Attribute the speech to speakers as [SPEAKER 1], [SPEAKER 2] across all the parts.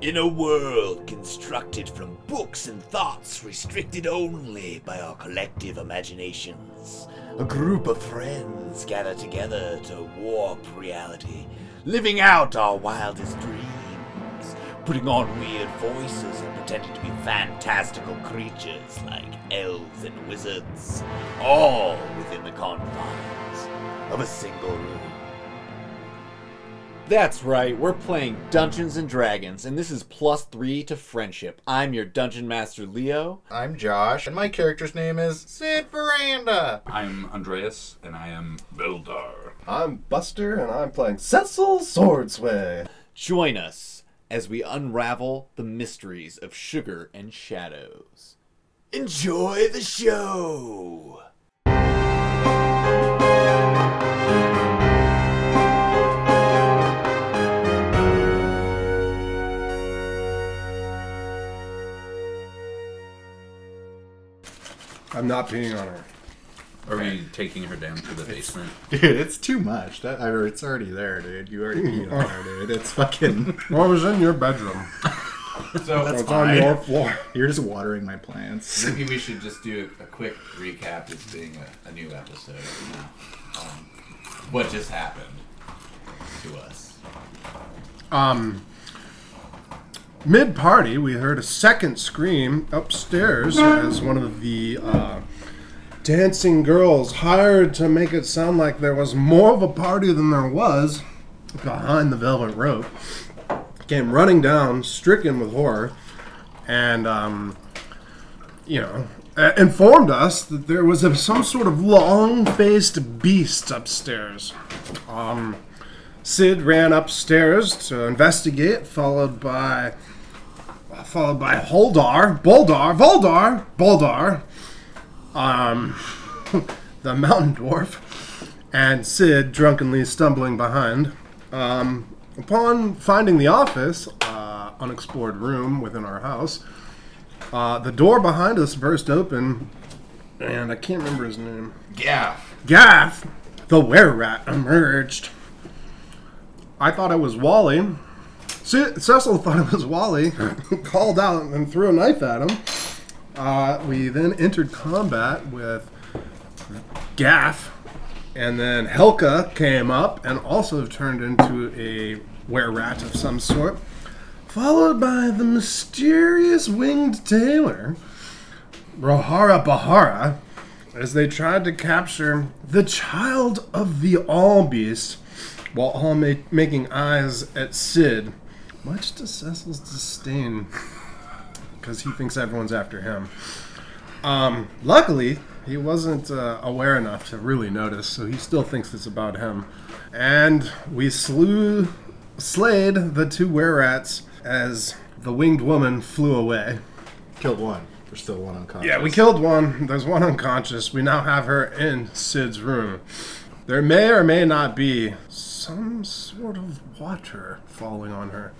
[SPEAKER 1] In a world constructed from books and thoughts restricted only by our collective imaginations, a group of friends gather together to warp reality, living out our wildest dreams, putting on weird voices and pretending to be fantastical creatures like elves and wizards, all within the confines of a single room.
[SPEAKER 2] That's right, we're playing Dungeons and Dragons, and this is plus three to friendship. I'm your dungeon master, Leo.
[SPEAKER 3] I'm Josh, and my character's name is Sid Veranda.
[SPEAKER 4] I'm Andreas, and I am Bildar.
[SPEAKER 5] I'm Buster, and I'm playing Cecil Swordsway.
[SPEAKER 2] Join us as we unravel the mysteries of sugar and shadows.
[SPEAKER 1] Enjoy the show!
[SPEAKER 6] I'm not peeing on her.
[SPEAKER 4] Are we taking her down to the basement?
[SPEAKER 5] Dude, it's too much. That I mean, it's already there, dude. You already peed on her, dude. It's fucking.
[SPEAKER 6] Well, it was in your bedroom.
[SPEAKER 5] That's
[SPEAKER 6] It's on your
[SPEAKER 5] fine.
[SPEAKER 6] floor.
[SPEAKER 5] You're just watering my plants.
[SPEAKER 7] Maybe we should just do a quick recap as being a, a new episode. You know, um, what just happened to us?
[SPEAKER 6] Mid party, we heard a second scream upstairs as one of the uh, dancing girls hired to make it sound like there was more of a party than there was behind the velvet rope came running down, stricken with horror, and, um, you know, uh, informed us that there was a, some sort of long faced beast upstairs. Um, Sid ran upstairs to investigate, followed by followed by Holdar, Boldar, Voldar, Boldar, um, the mountain dwarf, and Sid drunkenly stumbling behind. Um, upon finding the office, uh, unexplored room within our house, uh, the door behind us burst open, and I can't remember his name.
[SPEAKER 7] Yeah.
[SPEAKER 6] Gaff, the were rat, emerged. I thought it was Wally. Ce- Cecil thought it was Wally, called out and threw a knife at him. Uh, we then entered combat with Gaff, and then Helka came up and also turned into a were rat of some sort, followed by the mysterious winged tailor, Rohara Bahara as they tried to capture the child of the All Beast while all ma- making eyes at Sid, much to Cecil's disdain, because he thinks everyone's after him. Um, luckily, he wasn't uh, aware enough to really notice, so he still thinks it's about him. And we slew, slayed the two were rats as the winged woman flew away.
[SPEAKER 5] Killed one. There's still one unconscious.
[SPEAKER 6] Yeah, we killed one. There's one unconscious. We now have her in Sid's room. There may or may not be some sort of water falling on her.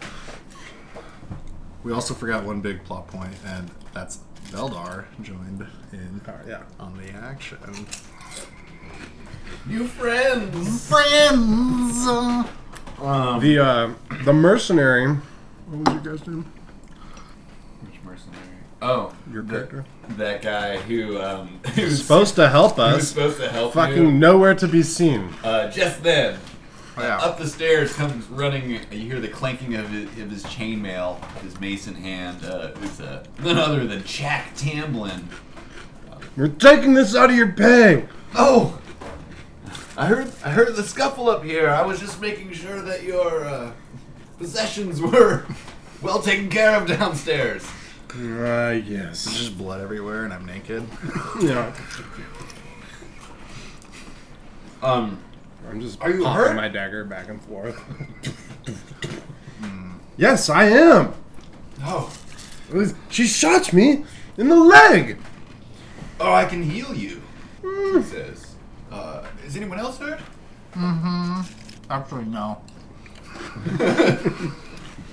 [SPEAKER 5] We also forgot one big plot point, and that's Veldar joined in
[SPEAKER 6] Oh, yeah.
[SPEAKER 5] on the action.
[SPEAKER 7] New friends.
[SPEAKER 5] Friends.
[SPEAKER 7] Um,
[SPEAKER 6] The uh, the mercenary. What was your guys' name?
[SPEAKER 7] Which mercenary? Oh,
[SPEAKER 6] Your
[SPEAKER 7] the-
[SPEAKER 6] character.
[SPEAKER 7] that guy who um who's
[SPEAKER 6] Supposed to help
[SPEAKER 7] who was
[SPEAKER 6] us.
[SPEAKER 7] supposed to help
[SPEAKER 6] Fucking
[SPEAKER 7] you.
[SPEAKER 6] nowhere to be seen.
[SPEAKER 7] Uh, just then,
[SPEAKER 5] Oh, Yeah.
[SPEAKER 7] up the stairs comes running. You hear the clanking of his, of his chainmail, his mason hand. Uh, who's uh, none other than Jack Tamblin.
[SPEAKER 6] We're taking this out of your pay.
[SPEAKER 7] Oh, I heard I heard the scuffle up here. I was just making sure that your uh, possessions were well taken care of downstairs.
[SPEAKER 6] Uh, yes.
[SPEAKER 5] There's blood everywhere, and I'm naked.
[SPEAKER 6] Yeah.
[SPEAKER 7] Um,
[SPEAKER 6] I'm just
[SPEAKER 7] Are you
[SPEAKER 6] popping
[SPEAKER 7] hurt?
[SPEAKER 6] my dagger back and forth. yes, I am.
[SPEAKER 7] oh,
[SPEAKER 6] It was- She shot me in the leg.
[SPEAKER 7] oh, I can heal you. He says, uh, "Is anyone else hurt?"
[SPEAKER 5] Actually, no.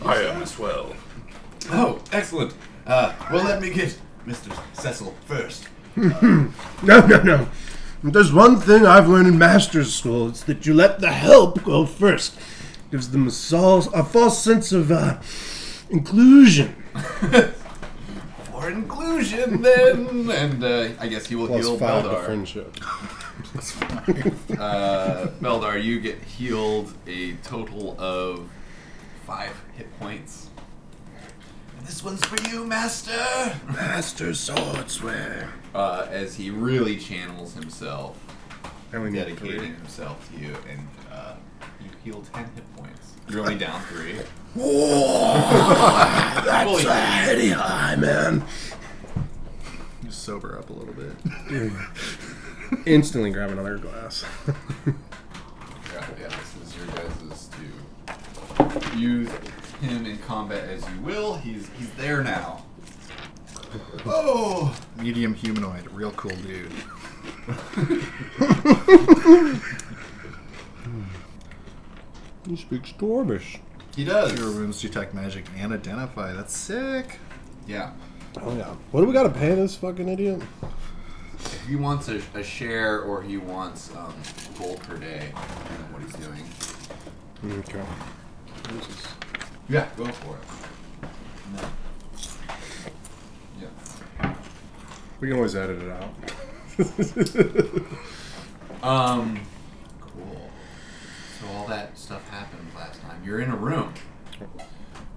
[SPEAKER 4] I am as well.
[SPEAKER 7] Oh, excellent. Uh, well, let me get Mr. Cecil first.
[SPEAKER 6] No, no, no. If There's one thing I've learned in master's school. It's that you let the help go first. Gives them a, sol- a false sense of uh, Inclusion.
[SPEAKER 7] For inclusion, then, and uh, I guess he will heal Beldar.
[SPEAKER 6] friendship.
[SPEAKER 7] Uh, Beldar, you get healed a total of five hit points. And this one's for you, Master.
[SPEAKER 6] Master Swordswear.
[SPEAKER 7] Uh, as he really channels himself,
[SPEAKER 6] And we need
[SPEAKER 7] dedicating
[SPEAKER 6] three.
[SPEAKER 7] himself to you, and uh, you heal ten hit points. You're only down three.
[SPEAKER 6] That's a heady high, man.
[SPEAKER 5] Just sober up a little bit.
[SPEAKER 6] Instantly grab another glass.
[SPEAKER 7] Yeah, yeah, this is your guys' to use him in combat as you will. He's he's there now. Oh,
[SPEAKER 5] Medium humanoid, real cool dude.
[SPEAKER 6] he speaks Dorbish.
[SPEAKER 7] he
[SPEAKER 5] Your
[SPEAKER 7] does.
[SPEAKER 5] rooms detect magic and identify. That's sick.
[SPEAKER 7] Yeah,
[SPEAKER 6] Oh yeah. What do we gotta pay this fucking idiot?
[SPEAKER 7] if he wants a, a share or he wants um, gold per day. I don't know what he's doing.
[SPEAKER 6] Okay.
[SPEAKER 7] Yeah, go for it. Yeah.
[SPEAKER 6] We can always edit it out.
[SPEAKER 7] Um. Cool. So all that stuff happened last time. You're in a room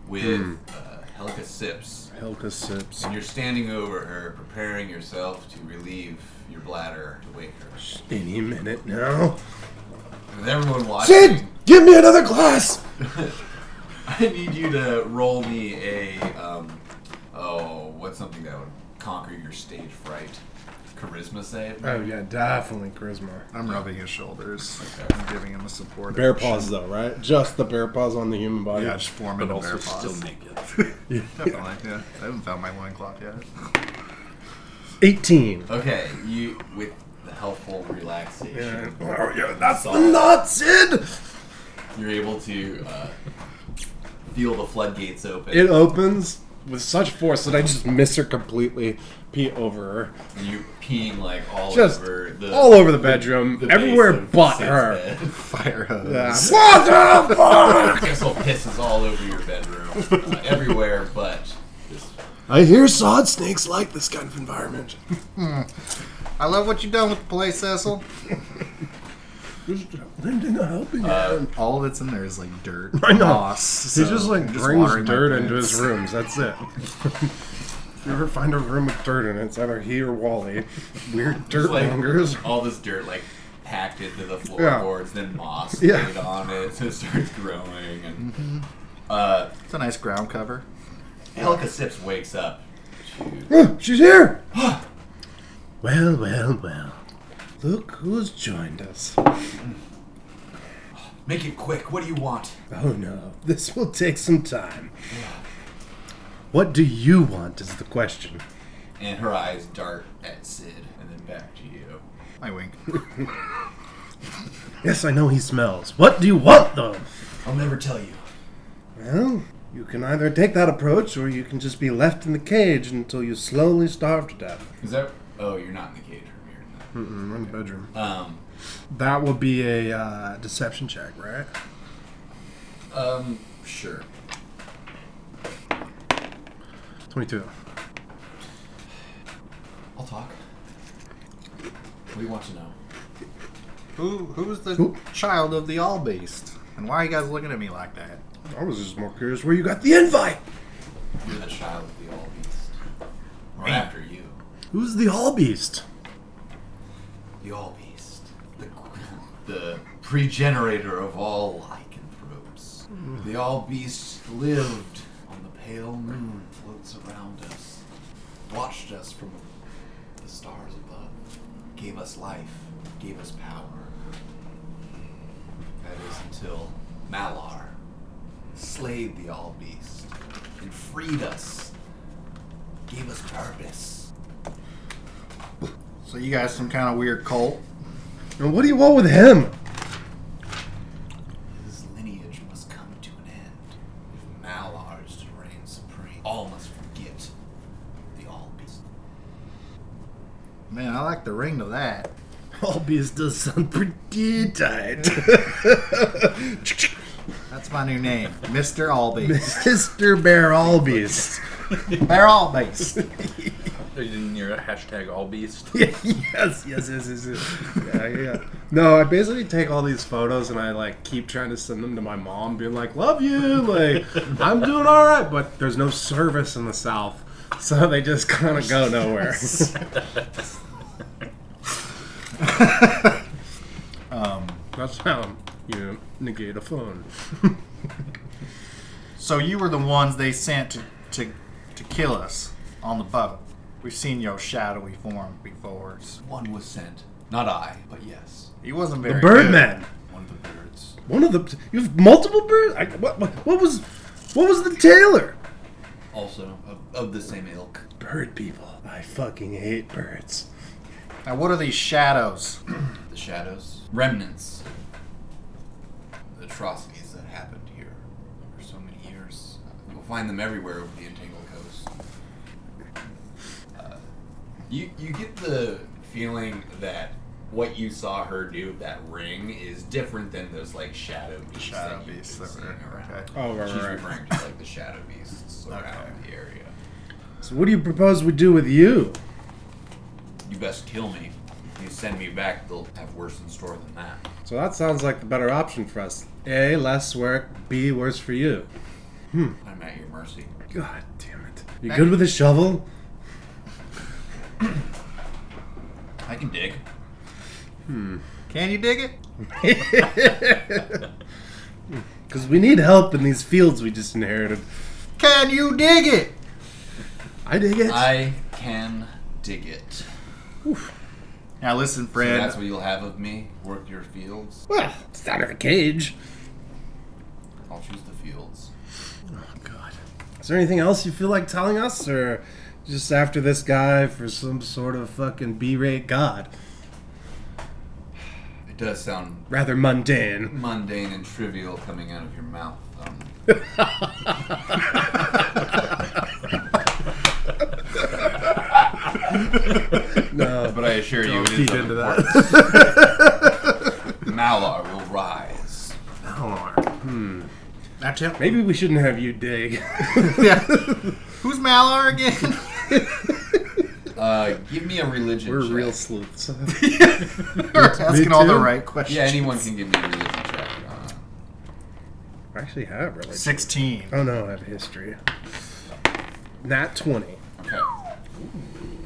[SPEAKER 7] with uh, Helga Sips.
[SPEAKER 6] Helka sips.
[SPEAKER 7] And you're standing over her, preparing yourself to relieve your bladder to wake her.
[SPEAKER 6] Any minute now.
[SPEAKER 7] With everyone watching,
[SPEAKER 6] Sid, give me another glass.
[SPEAKER 7] I need you to roll me a um, oh, what's something that would conquer your stage fright? Charisma save.
[SPEAKER 6] Oh yeah, definitely charisma.
[SPEAKER 5] I'm rubbing his shoulders. I'm giving him a support.
[SPEAKER 6] Bear
[SPEAKER 5] action.
[SPEAKER 6] paws though, right? Just the bear paws on the human body.
[SPEAKER 5] Yeah, just form into bear paws.
[SPEAKER 4] naked.
[SPEAKER 5] Definitely. Yeah. I haven't found my loincloth yet.
[SPEAKER 6] Eighteen.
[SPEAKER 7] Okay, you with the helpful relaxation.
[SPEAKER 6] Oh yeah, that's the nut, Sid.
[SPEAKER 7] You're able to uh, feel the floodgates open.
[SPEAKER 6] It opens with such force that I just miss her completely. Pee over her,
[SPEAKER 7] and you peeing like all
[SPEAKER 6] just
[SPEAKER 7] over the
[SPEAKER 6] all over the bedroom,
[SPEAKER 7] the base
[SPEAKER 6] everywhere
[SPEAKER 7] of
[SPEAKER 6] but
[SPEAKER 7] Sid's
[SPEAKER 6] her.
[SPEAKER 7] bed.
[SPEAKER 5] Fire hose.
[SPEAKER 6] Yeah. What the fuck?
[SPEAKER 7] Kissel pisses all over your bedroom, uh, everywhere but just
[SPEAKER 6] I hear sod snakes like this kind of environment.
[SPEAKER 5] I love what you've done with the place, Cecil.
[SPEAKER 6] Just lending a helping hand.
[SPEAKER 5] All that's in there is like dirt.
[SPEAKER 6] I know.
[SPEAKER 5] Moss,
[SPEAKER 6] He
[SPEAKER 5] so
[SPEAKER 6] just like
[SPEAKER 5] I'm
[SPEAKER 6] brings
[SPEAKER 5] watering my
[SPEAKER 6] dirt into his
[SPEAKER 5] plants.
[SPEAKER 6] rooms. That's it. if you ever find a room with dirt in it, it's either he or Wally. Weird dirt
[SPEAKER 7] like-
[SPEAKER 6] mongers.
[SPEAKER 7] all this dirt like packed into the
[SPEAKER 6] Yeah.
[SPEAKER 7] floorboards, then moss
[SPEAKER 6] Yeah.
[SPEAKER 7] laid on it, so it starts growing. And uh,
[SPEAKER 5] It's a nice ground cover.
[SPEAKER 7] Helka Sips wakes up. to-
[SPEAKER 6] Oh, she's here. well, well, well. Look who's joined us.
[SPEAKER 7] Make it quick. What do you want?
[SPEAKER 6] Oh no, this will take some time. What do you want is the question.
[SPEAKER 7] And her eyes dart at Sid, and then back to you.
[SPEAKER 5] I wink.
[SPEAKER 6] Yes, I know he smells. What do you want though?
[SPEAKER 7] I'll never tell you.
[SPEAKER 6] Well, you can either take that approach or you can just be left in the cage until you slowly starve to death.
[SPEAKER 7] Is that? Oh, you're not in the cage room. You're in the-
[SPEAKER 6] I'm in the bedroom.
[SPEAKER 7] Um,
[SPEAKER 6] That would be a uh, deception check, right?
[SPEAKER 7] um, sure.
[SPEAKER 6] 22.
[SPEAKER 7] I'll talk. What do you want to know?
[SPEAKER 5] Who who's the
[SPEAKER 6] Who?
[SPEAKER 5] child of the all beast? And why are you guys looking at me like that?
[SPEAKER 6] I was just more curious where you got the invite.
[SPEAKER 7] You're the child of the all beast. We're after you.
[SPEAKER 6] Who's the All Beast?
[SPEAKER 7] The all beast. The, the pre-generator of all lycanthropes. The all beast lived on the pale moon, floats around us, watched us from the stars above, gave us life, gave us power. That is until Malar slayed the all beast and freed us, gave us purpose.
[SPEAKER 5] So you guys some kind of weird cult?
[SPEAKER 6] And what do you want with him?
[SPEAKER 7] His lineage must come to an end. If Malar is to reign supreme, all must forget the All Beast.
[SPEAKER 5] Man, I like the ring to that.
[SPEAKER 6] All Beast does sound pretty tight.
[SPEAKER 5] That
[SPEAKER 3] That's my new name, Mr. Albeast.
[SPEAKER 5] Mr. Bear Albies.
[SPEAKER 3] Bear Albeast.
[SPEAKER 4] You're a hashtag all beast.
[SPEAKER 6] yes, yes, yes, yes, yes. Yeah, yeah. No, I basically take all these photos and I like keep trying to send them to my mom, being like, "Love you," like I'm doing all right, but there's no service in the South, so they just kind of go nowhere.
[SPEAKER 5] Um,
[SPEAKER 6] That's how you negate a phone.
[SPEAKER 3] so you were the ones they sent to, to, to kill us on the boat. We've seen your shadowy form before.
[SPEAKER 7] One was sent. Not I, but yes.
[SPEAKER 3] He wasn't very
[SPEAKER 6] The
[SPEAKER 3] good.
[SPEAKER 6] Birdman.
[SPEAKER 7] One of the birds.
[SPEAKER 6] One of the you have multiple birds. I, what, what what was what was the tailor?
[SPEAKER 7] Also of, of the same ilk.
[SPEAKER 6] Bird people. I fucking hate birds.
[SPEAKER 3] Now, what are these shadows?
[SPEAKER 7] The shadows. Remnants. The atrocities that happened here over so many years. Uh, You'll find them everywhere over the Entangled Coast. Uh, you, you get the feeling that what you saw her do with that ring is different than those like shadow beasts
[SPEAKER 3] Shadow
[SPEAKER 7] that you've
[SPEAKER 3] beasts
[SPEAKER 7] been
[SPEAKER 3] that
[SPEAKER 7] seeing
[SPEAKER 3] were-
[SPEAKER 7] around.
[SPEAKER 3] okay.
[SPEAKER 6] Oh, right,
[SPEAKER 7] She's
[SPEAKER 6] right, right.
[SPEAKER 7] referring to like the shadow beasts around the area.
[SPEAKER 6] So what do you propose we do with you?
[SPEAKER 7] You best kill me. You send me back, they'll have worse in store than that.
[SPEAKER 6] So that sounds like the better option for us. A, less work. B, worse for you.
[SPEAKER 7] I'm at your mercy.
[SPEAKER 6] God damn it. You good with a shovel?
[SPEAKER 7] I can dig.
[SPEAKER 3] Can you dig it?
[SPEAKER 6] Because we need help in these fields we just inherited.
[SPEAKER 3] Can you dig it?
[SPEAKER 6] I dig it.
[SPEAKER 7] I can dig it.
[SPEAKER 3] Now listen,
[SPEAKER 7] So
[SPEAKER 3] Fred.
[SPEAKER 7] that's what you'll have of me. Work your fields.
[SPEAKER 6] well, it's out of the cage.
[SPEAKER 7] I'll choose the fields.
[SPEAKER 6] Oh, God. Is there anything else you feel like telling us? Or just after this guy for some sort of fucking B rate god?
[SPEAKER 7] It does sound
[SPEAKER 6] Rather mundane.
[SPEAKER 7] mundane and trivial coming out of your mouth. Um,
[SPEAKER 6] No.
[SPEAKER 7] but I assure you, it is
[SPEAKER 5] feed
[SPEAKER 7] of
[SPEAKER 5] into
[SPEAKER 7] importance.
[SPEAKER 5] that.
[SPEAKER 7] Malar will rise.
[SPEAKER 3] now tell-
[SPEAKER 6] Maybe we shouldn't have you dig.
[SPEAKER 3] yeah. Who's Malar again?
[SPEAKER 7] Uh, give me a religion.
[SPEAKER 6] We're
[SPEAKER 7] check.
[SPEAKER 6] real sleuths.
[SPEAKER 3] You're asking all the
[SPEAKER 6] too.
[SPEAKER 3] right questions.
[SPEAKER 7] Yeah, anyone can give me a religion check. Uh,
[SPEAKER 6] I actually have really.
[SPEAKER 3] 16.
[SPEAKER 6] Oh no, I have history. Nat 20.
[SPEAKER 7] Okay.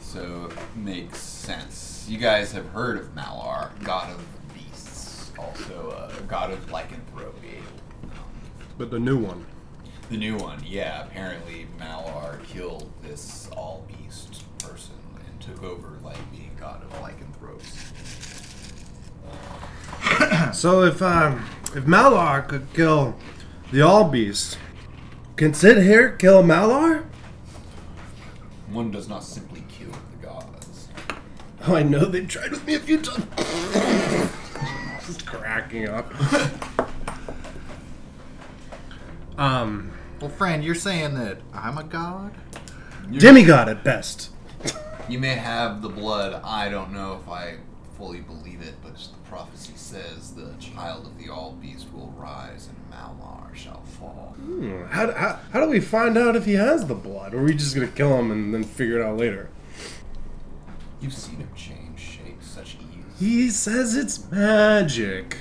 [SPEAKER 7] So makes sense. You guys have heard of Malar, god of beasts, also uh, god of lycanthropy.
[SPEAKER 6] But the new one.
[SPEAKER 7] The new one, yeah. Apparently, Malar killed this all beast person and took over like being god of lycanthropes.
[SPEAKER 6] So if um, if Malar could kill the All Beast, can Sid here kill Malar?
[SPEAKER 7] One does not simply kill the gods.
[SPEAKER 6] Oh, I know they tried with me a few times. Just cracking up. um,
[SPEAKER 3] Well, friend, you're saying that I'm a god?
[SPEAKER 6] demigod at best.
[SPEAKER 7] You may have the blood. I don't know if I fully believe it, but the prophecy says the child of the all beast will rise and Malar shall fall.
[SPEAKER 6] Hmm, How, how, how do we find out if he has the blood? Or are we just gonna kill him and then figure it out later?
[SPEAKER 7] You've seen him change shape such ease.
[SPEAKER 6] He says it's magic.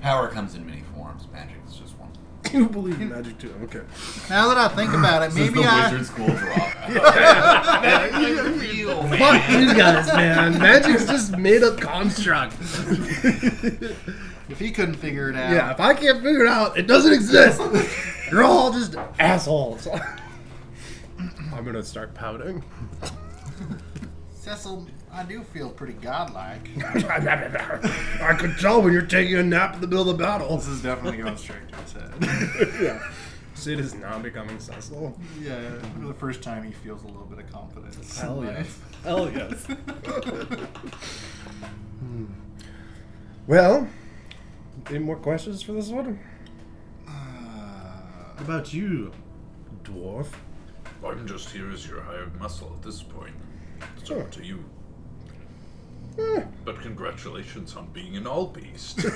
[SPEAKER 7] Power comes in many forms. Magic is just one.
[SPEAKER 6] You believe in magic too? Okay.
[SPEAKER 3] Now that I think about it, maybe I.
[SPEAKER 7] wizard school drop.
[SPEAKER 6] Fuck you guys, man. Magic's just made up construct.
[SPEAKER 3] If he couldn't figure it out.
[SPEAKER 6] yeah, if I can't figure it out, it doesn't exist. You're all just assholes. I'm gonna start pouting.
[SPEAKER 3] Cecil, I do feel pretty godlike.
[SPEAKER 6] I could tell when you're taking a nap in the middle of the battle.
[SPEAKER 3] this is definitely going straight to his head.
[SPEAKER 6] yeah. Sid is now becoming Cecil.
[SPEAKER 3] yeah, for the first time, he feels a little bit of confidence.
[SPEAKER 6] Hell yeah.
[SPEAKER 2] Hell yes.
[SPEAKER 6] Well, any more questions for this one? What about you, dwarf?
[SPEAKER 4] I'm just here as your hired muscle at this point. It's
[SPEAKER 6] Sure.
[SPEAKER 4] up to you.
[SPEAKER 6] Eh,
[SPEAKER 4] But congratulations on being an all beast.
[SPEAKER 6] It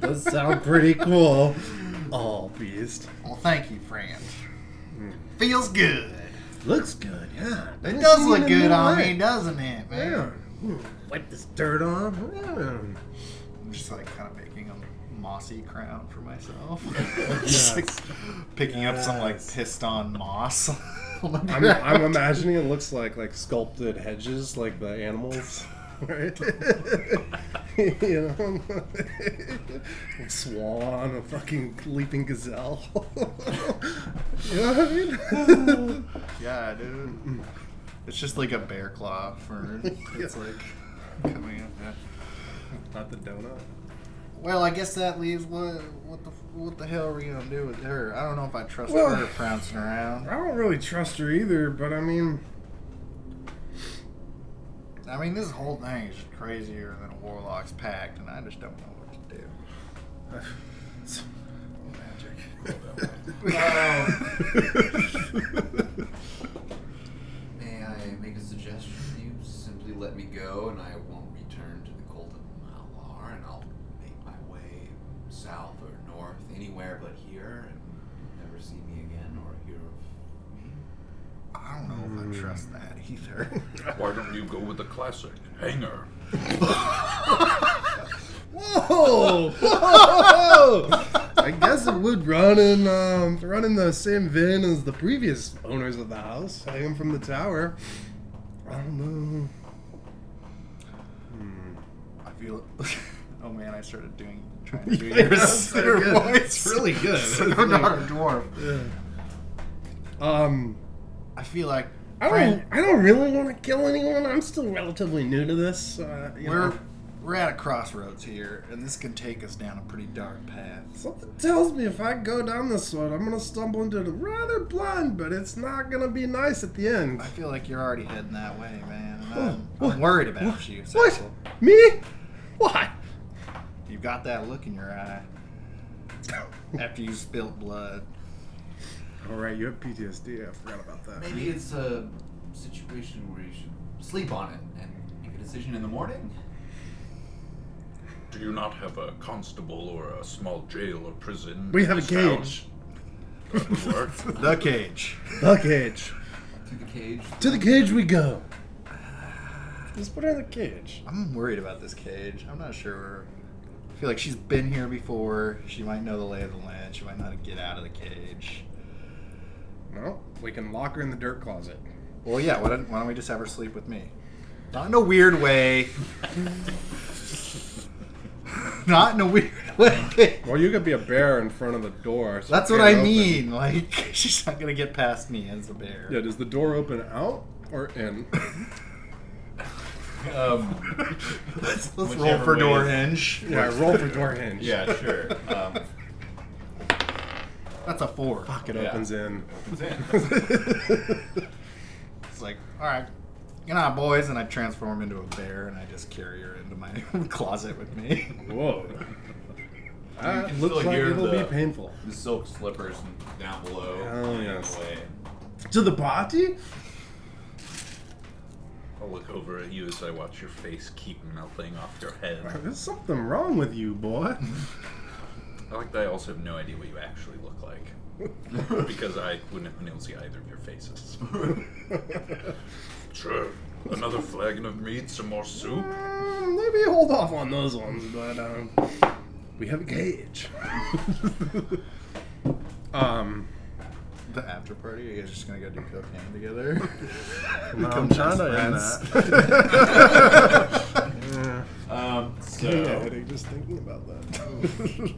[SPEAKER 6] does sound pretty cool. All Oh, beast.
[SPEAKER 3] Well, thank you, friend.
[SPEAKER 6] Hmm.
[SPEAKER 3] Feels good.
[SPEAKER 6] Looks good, yeah.
[SPEAKER 3] It
[SPEAKER 6] Nice
[SPEAKER 3] does
[SPEAKER 6] seeing
[SPEAKER 3] look
[SPEAKER 6] a
[SPEAKER 3] good
[SPEAKER 6] new
[SPEAKER 3] on
[SPEAKER 6] light.
[SPEAKER 3] me, doesn't it, man?
[SPEAKER 6] Yeah. Ooh, Wipe this dirt off. Yeah.
[SPEAKER 3] I'm just like kind of making a mossy crown for myself. Just, like, picking up some like pissed on moss. on the
[SPEAKER 6] I'm,
[SPEAKER 3] ground.
[SPEAKER 6] I'm imagining it looks like like sculpted hedges, like the animals, right? you know, a swan, a fucking leaping gazelle. you know what I mean?
[SPEAKER 3] yeah, dude. It's just like a bear claw fern. It's
[SPEAKER 6] Yeah.
[SPEAKER 3] like coming up. Yeah.
[SPEAKER 6] Not the donut.
[SPEAKER 3] Well, I guess that leaves what what the what the hell are we gonna do with her? I don't know if I trust
[SPEAKER 6] Well-
[SPEAKER 3] her prancing around.
[SPEAKER 6] I don't really trust her either, but I mean,
[SPEAKER 3] I mean, this whole thing is just crazier than a warlock's pact, and I just don't know what to do.
[SPEAKER 7] May I make a suggestion? You simply let me go, and I won't return to the cult of Malar, and I'll make my way south or north, anywhere but here, and you'll never see me again or hear of me.
[SPEAKER 3] I don't know if I trust that either.
[SPEAKER 4] Why don't you go with the classic? Hanger.
[SPEAKER 6] whoa, whoa! I guess it would run in um, run in the same vein as the previous owners of the house, hanging from the tower. I don't know.
[SPEAKER 3] I feel. Oh man, I started doing trying to do
[SPEAKER 6] Yeah,
[SPEAKER 3] your
[SPEAKER 6] that's
[SPEAKER 3] sinner
[SPEAKER 6] pretty good.
[SPEAKER 3] voice.
[SPEAKER 6] It's really good.
[SPEAKER 3] So I'm not a dwarf.
[SPEAKER 6] Um,
[SPEAKER 3] I feel like
[SPEAKER 6] I don't.
[SPEAKER 3] Fran,
[SPEAKER 6] I don't really want to kill anyone. I'm still relatively new to this. Uh, you
[SPEAKER 3] we're
[SPEAKER 6] know.
[SPEAKER 3] we're at a crossroads here, and this can take us down a pretty dark path.
[SPEAKER 6] Something tells me if I go down this one, I'm gonna stumble into the rather blind, but it's not gonna be nice at the end.
[SPEAKER 3] I feel like you're already heading that way, man. And I'm,
[SPEAKER 6] What?
[SPEAKER 3] I'm worried about you.
[SPEAKER 6] What?
[SPEAKER 3] Cecil.
[SPEAKER 6] Me? Why?
[SPEAKER 3] You've got that look in your eye after you spilt blood.
[SPEAKER 6] All right, you have PTSD. I forgot about that.
[SPEAKER 7] Maybe it's a situation where you should sleep on it and make a decision in the morning.
[SPEAKER 4] Do you not have a constable or a small jail or prison?
[SPEAKER 6] We have a
[SPEAKER 4] in this town?
[SPEAKER 6] cage.
[SPEAKER 4] That would work.
[SPEAKER 3] The cage.
[SPEAKER 6] The cage.
[SPEAKER 7] To the cage.
[SPEAKER 6] To the cage we go. Let's put her in the cage.
[SPEAKER 3] I'm worried about this cage. I'm not sure. I feel like she's been here before. She might know the lay of the land. She might know how to get out of the cage.
[SPEAKER 6] No, we can lock her in the dirt closet.
[SPEAKER 3] Well, yeah. Why don't, why don't we just have her sleep with me? Not in a weird way. Not in a weird way.
[SPEAKER 6] Or you could be a bear in front of the door. so
[SPEAKER 3] That's
[SPEAKER 6] it
[SPEAKER 3] what
[SPEAKER 6] can't
[SPEAKER 3] I
[SPEAKER 6] open.
[SPEAKER 3] mean. Like she's not gonna get past me as a bear.
[SPEAKER 6] Yeah, does the door open out or in?
[SPEAKER 5] Um,
[SPEAKER 3] Let's, let's roll
[SPEAKER 5] Whichever
[SPEAKER 3] for
[SPEAKER 5] way
[SPEAKER 3] door
[SPEAKER 5] is-
[SPEAKER 3] hinge.
[SPEAKER 6] Yeah, roll for door hinge.
[SPEAKER 5] yeah, sure. Um,
[SPEAKER 3] That's a four.
[SPEAKER 6] Fuck, it
[SPEAKER 5] Yeah.
[SPEAKER 6] opens in.
[SPEAKER 5] it's in.
[SPEAKER 3] It's like, all right, good night, boys. And I transform into a bear and I just carry her into my closet with me.
[SPEAKER 6] Whoa. That
[SPEAKER 5] can
[SPEAKER 6] looks
[SPEAKER 5] still
[SPEAKER 6] like
[SPEAKER 5] hear
[SPEAKER 6] it'll
[SPEAKER 5] the-
[SPEAKER 6] be painful.
[SPEAKER 5] the silk slippers down below.
[SPEAKER 6] Oh, yes.
[SPEAKER 5] Away.
[SPEAKER 6] To the party?
[SPEAKER 4] I'll look over at you as I watch your face keep melting off your head.
[SPEAKER 6] There's something wrong with you, boy.
[SPEAKER 4] I like that I also have no idea what you actually look like. because I wouldn't have been able to see either of your faces.
[SPEAKER 6] Hmm,
[SPEAKER 4] Sure. Another flagon of mead, some more soup.
[SPEAKER 6] Mm, maybe hold off on those ones, but um, we have a cage. um,
[SPEAKER 3] the after party, you guys just gonna go do cocaine together?
[SPEAKER 6] I'm
[SPEAKER 3] best
[SPEAKER 6] kinda in
[SPEAKER 3] friends.
[SPEAKER 5] Um,
[SPEAKER 6] I got a
[SPEAKER 5] so
[SPEAKER 6] headache just thinking about that.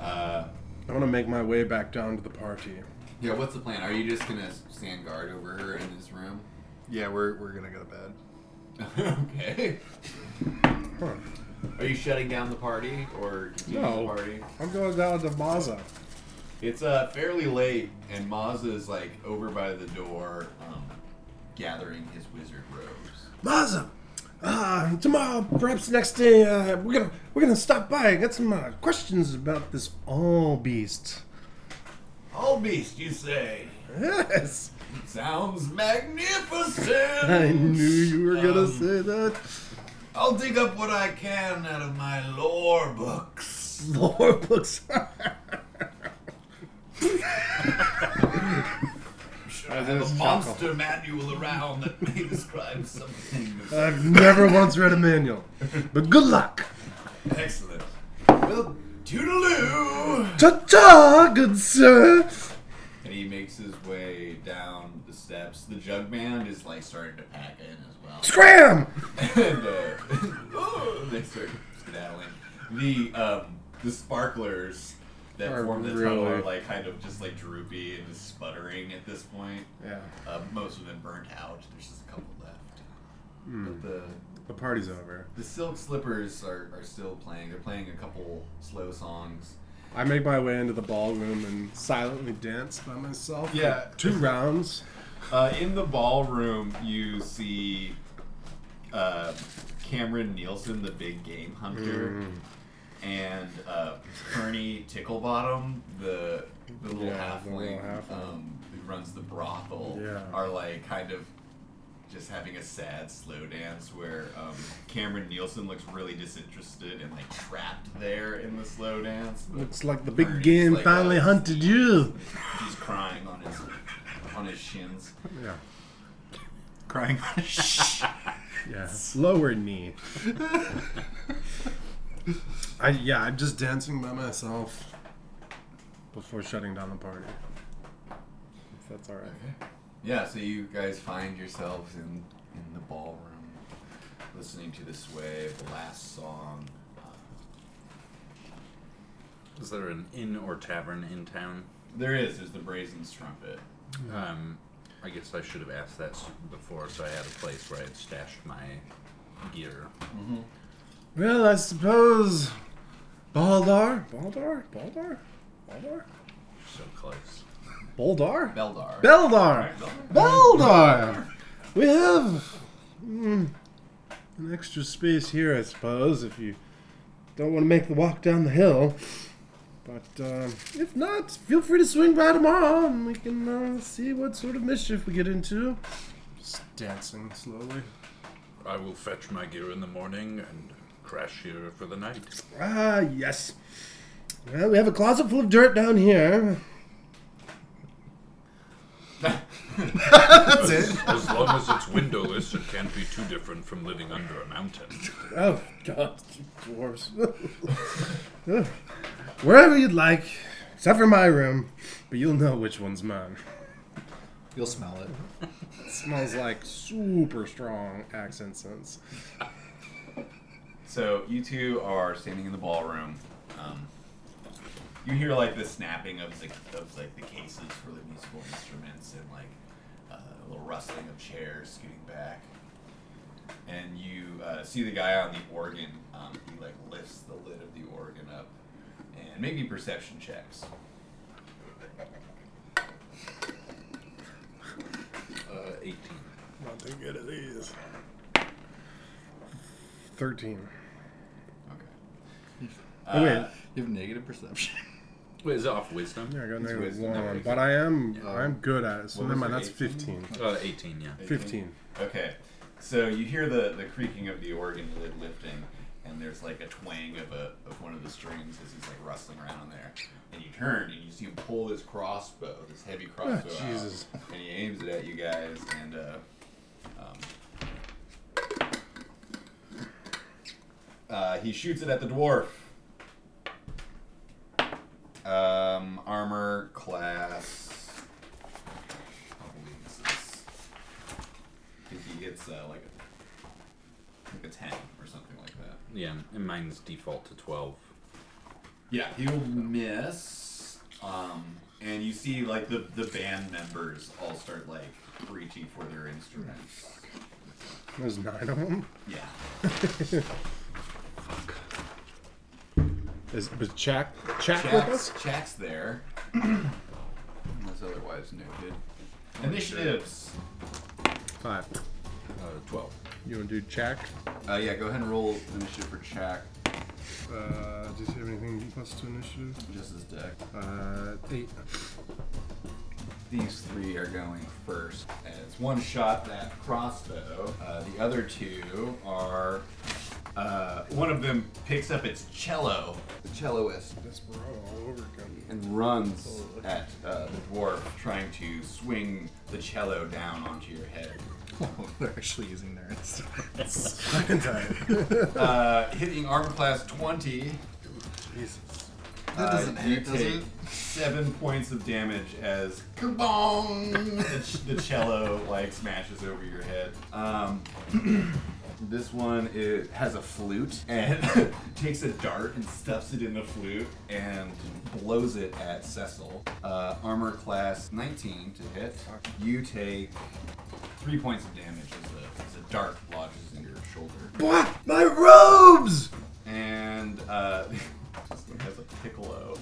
[SPEAKER 5] uh,
[SPEAKER 6] I want to make my way back down to the party.
[SPEAKER 7] Yeah, what's the plan? Are you just gonna stand guard over her in this room?
[SPEAKER 3] yeah, we're, we're gonna go to bed.
[SPEAKER 7] okay.
[SPEAKER 6] Huh.
[SPEAKER 7] Are you shutting down the party or continuing
[SPEAKER 6] No.
[SPEAKER 7] the party?
[SPEAKER 6] I'm going down to Maza.
[SPEAKER 7] It's uh, fairly late, and Mazza is like over by the door, um, gathering his wizard robes.
[SPEAKER 6] Maza. Uh, tomorrow, perhaps next day, uh, we're gonna we're gonna stop by and get some uh, questions about this all beast.
[SPEAKER 7] All Oh, beast, you say?
[SPEAKER 6] Yes,
[SPEAKER 7] Sounds magnificent.
[SPEAKER 6] I knew you were gonna
[SPEAKER 7] Um,
[SPEAKER 6] say that.
[SPEAKER 7] I'll dig up what I can out of my lore books.
[SPEAKER 6] Lore books.
[SPEAKER 7] I'm sure I have a monster manual around that may describe something.
[SPEAKER 6] I've never once read a manual. But good luck.
[SPEAKER 7] Excellent. Well, toodaloo!
[SPEAKER 6] Cha cha, good sir.
[SPEAKER 7] And he makes his way down the steps. The jug man is like starting to pack in as well.
[SPEAKER 6] Scram!
[SPEAKER 7] and uh, they start skedaddling. The um, the sparklers that
[SPEAKER 6] Are
[SPEAKER 7] form the tunnel are
[SPEAKER 6] really-
[SPEAKER 7] like kind of just like droopy and just sputtering at this point.
[SPEAKER 6] Yeah,
[SPEAKER 7] Uh, most of them burnt out. There's just a couple left. But the
[SPEAKER 6] the party's over.
[SPEAKER 7] the silk slippers are, are still playing. They're playing a couple slow songs.
[SPEAKER 6] I make my way into the ballroom and silently dance by myself. for
[SPEAKER 3] Yeah.
[SPEAKER 6] two rounds.
[SPEAKER 3] Uh, in the ballroom, you see
[SPEAKER 7] uh, Cameron Nielsen, the big game hunter,
[SPEAKER 6] Mm.
[SPEAKER 7] and uh, Ernie Ticklebottom, the, the little
[SPEAKER 6] Yeah, the little
[SPEAKER 7] halfling
[SPEAKER 6] halfling.
[SPEAKER 7] um, who runs the brothel,
[SPEAKER 6] Yeah.
[SPEAKER 7] are like kind of just having a sad slow dance where um, Cameron Nielsen looks really disinterested and like trapped there in the slow dance. but
[SPEAKER 6] Looks like the big
[SPEAKER 7] Ernie's
[SPEAKER 6] game
[SPEAKER 7] like,
[SPEAKER 6] finally
[SPEAKER 7] uh,
[SPEAKER 6] hunted you.
[SPEAKER 7] He's crying on his on his shins.
[SPEAKER 6] Yeah,
[SPEAKER 5] Crying.
[SPEAKER 6] yeah. Lower knee. I yeah, I'm just dancing by myself before shutting down the party. If that's all right.
[SPEAKER 7] Yeah, so you guys find yourselves in in the ballroom, listening to the sway, the last song.
[SPEAKER 4] Is there an inn or tavern in town?
[SPEAKER 7] There is there's the brazen strumpet.
[SPEAKER 4] Um, I guess I should have asked that s- before, so I had a place where I had stashed my gear.
[SPEAKER 6] Well, I suppose Baldar, Baldar, Baldar, Baldar,
[SPEAKER 4] So close.
[SPEAKER 6] Baldar.
[SPEAKER 7] Beldar.
[SPEAKER 6] Beldar! Beldar! We have mm, an extra space here, I suppose, if you don't want to make the walk down the hill. But um if not, feel free to swing by tomorrow and we can uh, see what sort of mischief we get into. Just dancing slowly.
[SPEAKER 4] I will fetch my gear in the morning and crash here for the night.
[SPEAKER 6] Ah, yes. Well, we have a closet full of dirt down here.
[SPEAKER 4] That's as, it. As long as it's windowless, it can't be too different from living under a mountain.
[SPEAKER 6] Oh, God, you dwarves. Ugh. Wherever you'd like, except for my room, but you'll know which one's mine.
[SPEAKER 5] You'll smell it.
[SPEAKER 6] It smells like super strong accent sense.
[SPEAKER 7] So you two are standing in the ballroom. Um, you hear like the snapping of the of like the cases for the musical instruments and like uh, a little rustling of chairs scooting back. And you uh, see the guy on the organ. Um, he like lifts the lid of the organ up, and maybe perception checks.
[SPEAKER 4] Uh, 18.
[SPEAKER 6] Not too good at these. Thirteen.
[SPEAKER 7] Okay.
[SPEAKER 6] Oh, wait,
[SPEAKER 5] You have negative perception.
[SPEAKER 4] Wait, is it off wisdom?
[SPEAKER 6] yeah, I got
[SPEAKER 7] it's
[SPEAKER 6] negative
[SPEAKER 7] wisdom,
[SPEAKER 6] one,
[SPEAKER 7] right?
[SPEAKER 6] but I am
[SPEAKER 4] Yeah.
[SPEAKER 6] I'm good at it. So
[SPEAKER 7] What
[SPEAKER 6] never
[SPEAKER 7] was
[SPEAKER 6] mind.
[SPEAKER 7] it,
[SPEAKER 6] That's
[SPEAKER 7] 18?
[SPEAKER 6] fifteen.
[SPEAKER 4] Uh, 18, yeah.
[SPEAKER 6] Fifteen.
[SPEAKER 7] Okay, so you hear the, the creaking of the organ lid lifting, and there's like a twang of a of one of the strings as he's like rustling around in there. And you turn and you see him pull his crossbow, this heavy crossbow, out,
[SPEAKER 6] Jesus.
[SPEAKER 7] and he aims it at you guys. And uh, um, uh, he shoots it at the dwarf. Um, armor class. I believe this is. I think he gets uh, like a like a ten or something like that.
[SPEAKER 4] Yeah, and mine's default to 12.
[SPEAKER 7] Yeah, he will miss. Um, and you see like the the band members all start like reaching for their instruments.
[SPEAKER 6] There's nine of them.
[SPEAKER 7] Yeah.
[SPEAKER 6] Is was Jack Jack with
[SPEAKER 7] Chats,
[SPEAKER 6] us?
[SPEAKER 7] chats there. Unless otherwise noted. Initiatives.
[SPEAKER 6] Five.
[SPEAKER 4] Uh, 12.
[SPEAKER 6] You want to do Jack?
[SPEAKER 7] Uh, yeah, go ahead and roll initiative for Chak.
[SPEAKER 6] Uh, do you have anything plus to initiative?
[SPEAKER 7] Just his deck.
[SPEAKER 6] Uh, eight.
[SPEAKER 7] These three are going first. And it's one shot at crossbow. Uh, the other two are Uh, one of them picks up its cello, the celloist,
[SPEAKER 6] Desperado all over again.
[SPEAKER 7] and runs at uh, the dwarf, trying to swing the cello down onto your head.
[SPEAKER 5] They're actually using their instruments.
[SPEAKER 7] Uh, hitting arm class 20,
[SPEAKER 3] That doesn't
[SPEAKER 7] uh,
[SPEAKER 3] hit,
[SPEAKER 7] you
[SPEAKER 3] does
[SPEAKER 7] take
[SPEAKER 3] it?
[SPEAKER 7] seven points of damage as kabong the, ch- the cello like smashes over your head. Um, this one it has a flute and takes a dart and stuffs it in the flute and blows it at Cecil. Uh, armor class 19 to hit. You take three points of damage as the, as the dart lodges in your shoulder.
[SPEAKER 5] My robes!
[SPEAKER 7] And uh, this one has a piccolo.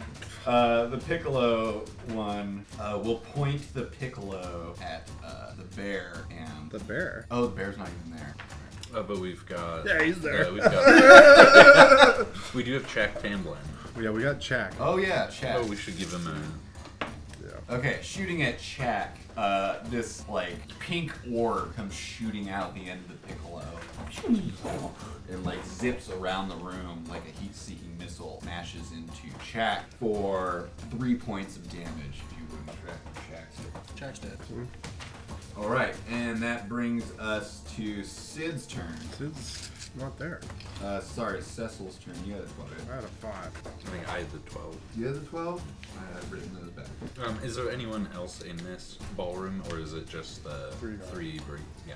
[SPEAKER 7] Uh, the piccolo one uh, will point the piccolo at uh, the bear and
[SPEAKER 6] The bear.
[SPEAKER 7] oh, the bear's not even there.
[SPEAKER 4] Uh, but we've got.
[SPEAKER 6] Yeah, he's there.
[SPEAKER 4] Uh, we've got we do have Jack Tamblin.
[SPEAKER 6] Yeah, we got Chak.
[SPEAKER 7] Oh yeah, Chak.
[SPEAKER 4] Oh, we should give him a.
[SPEAKER 7] Okay, shooting at Chak. Uh, this like pink orb comes shooting out the end of the piccolo and like zips around the room like a heat-seeking missile, smashes into Chak for three points of damage. If you wouldn't track Chak's
[SPEAKER 5] Jack's dead.
[SPEAKER 7] Mm-hmm. All right, and that brings us to Sid's turn.
[SPEAKER 6] It's not there.
[SPEAKER 7] Uh, sorry, Cecil's turn. You had a 12.
[SPEAKER 6] I had a five.
[SPEAKER 4] I think I had the twelve.
[SPEAKER 7] You had a 12? I've written those back.
[SPEAKER 4] Um, is there anyone else in this ballroom, or is it just the three? bri- yeah.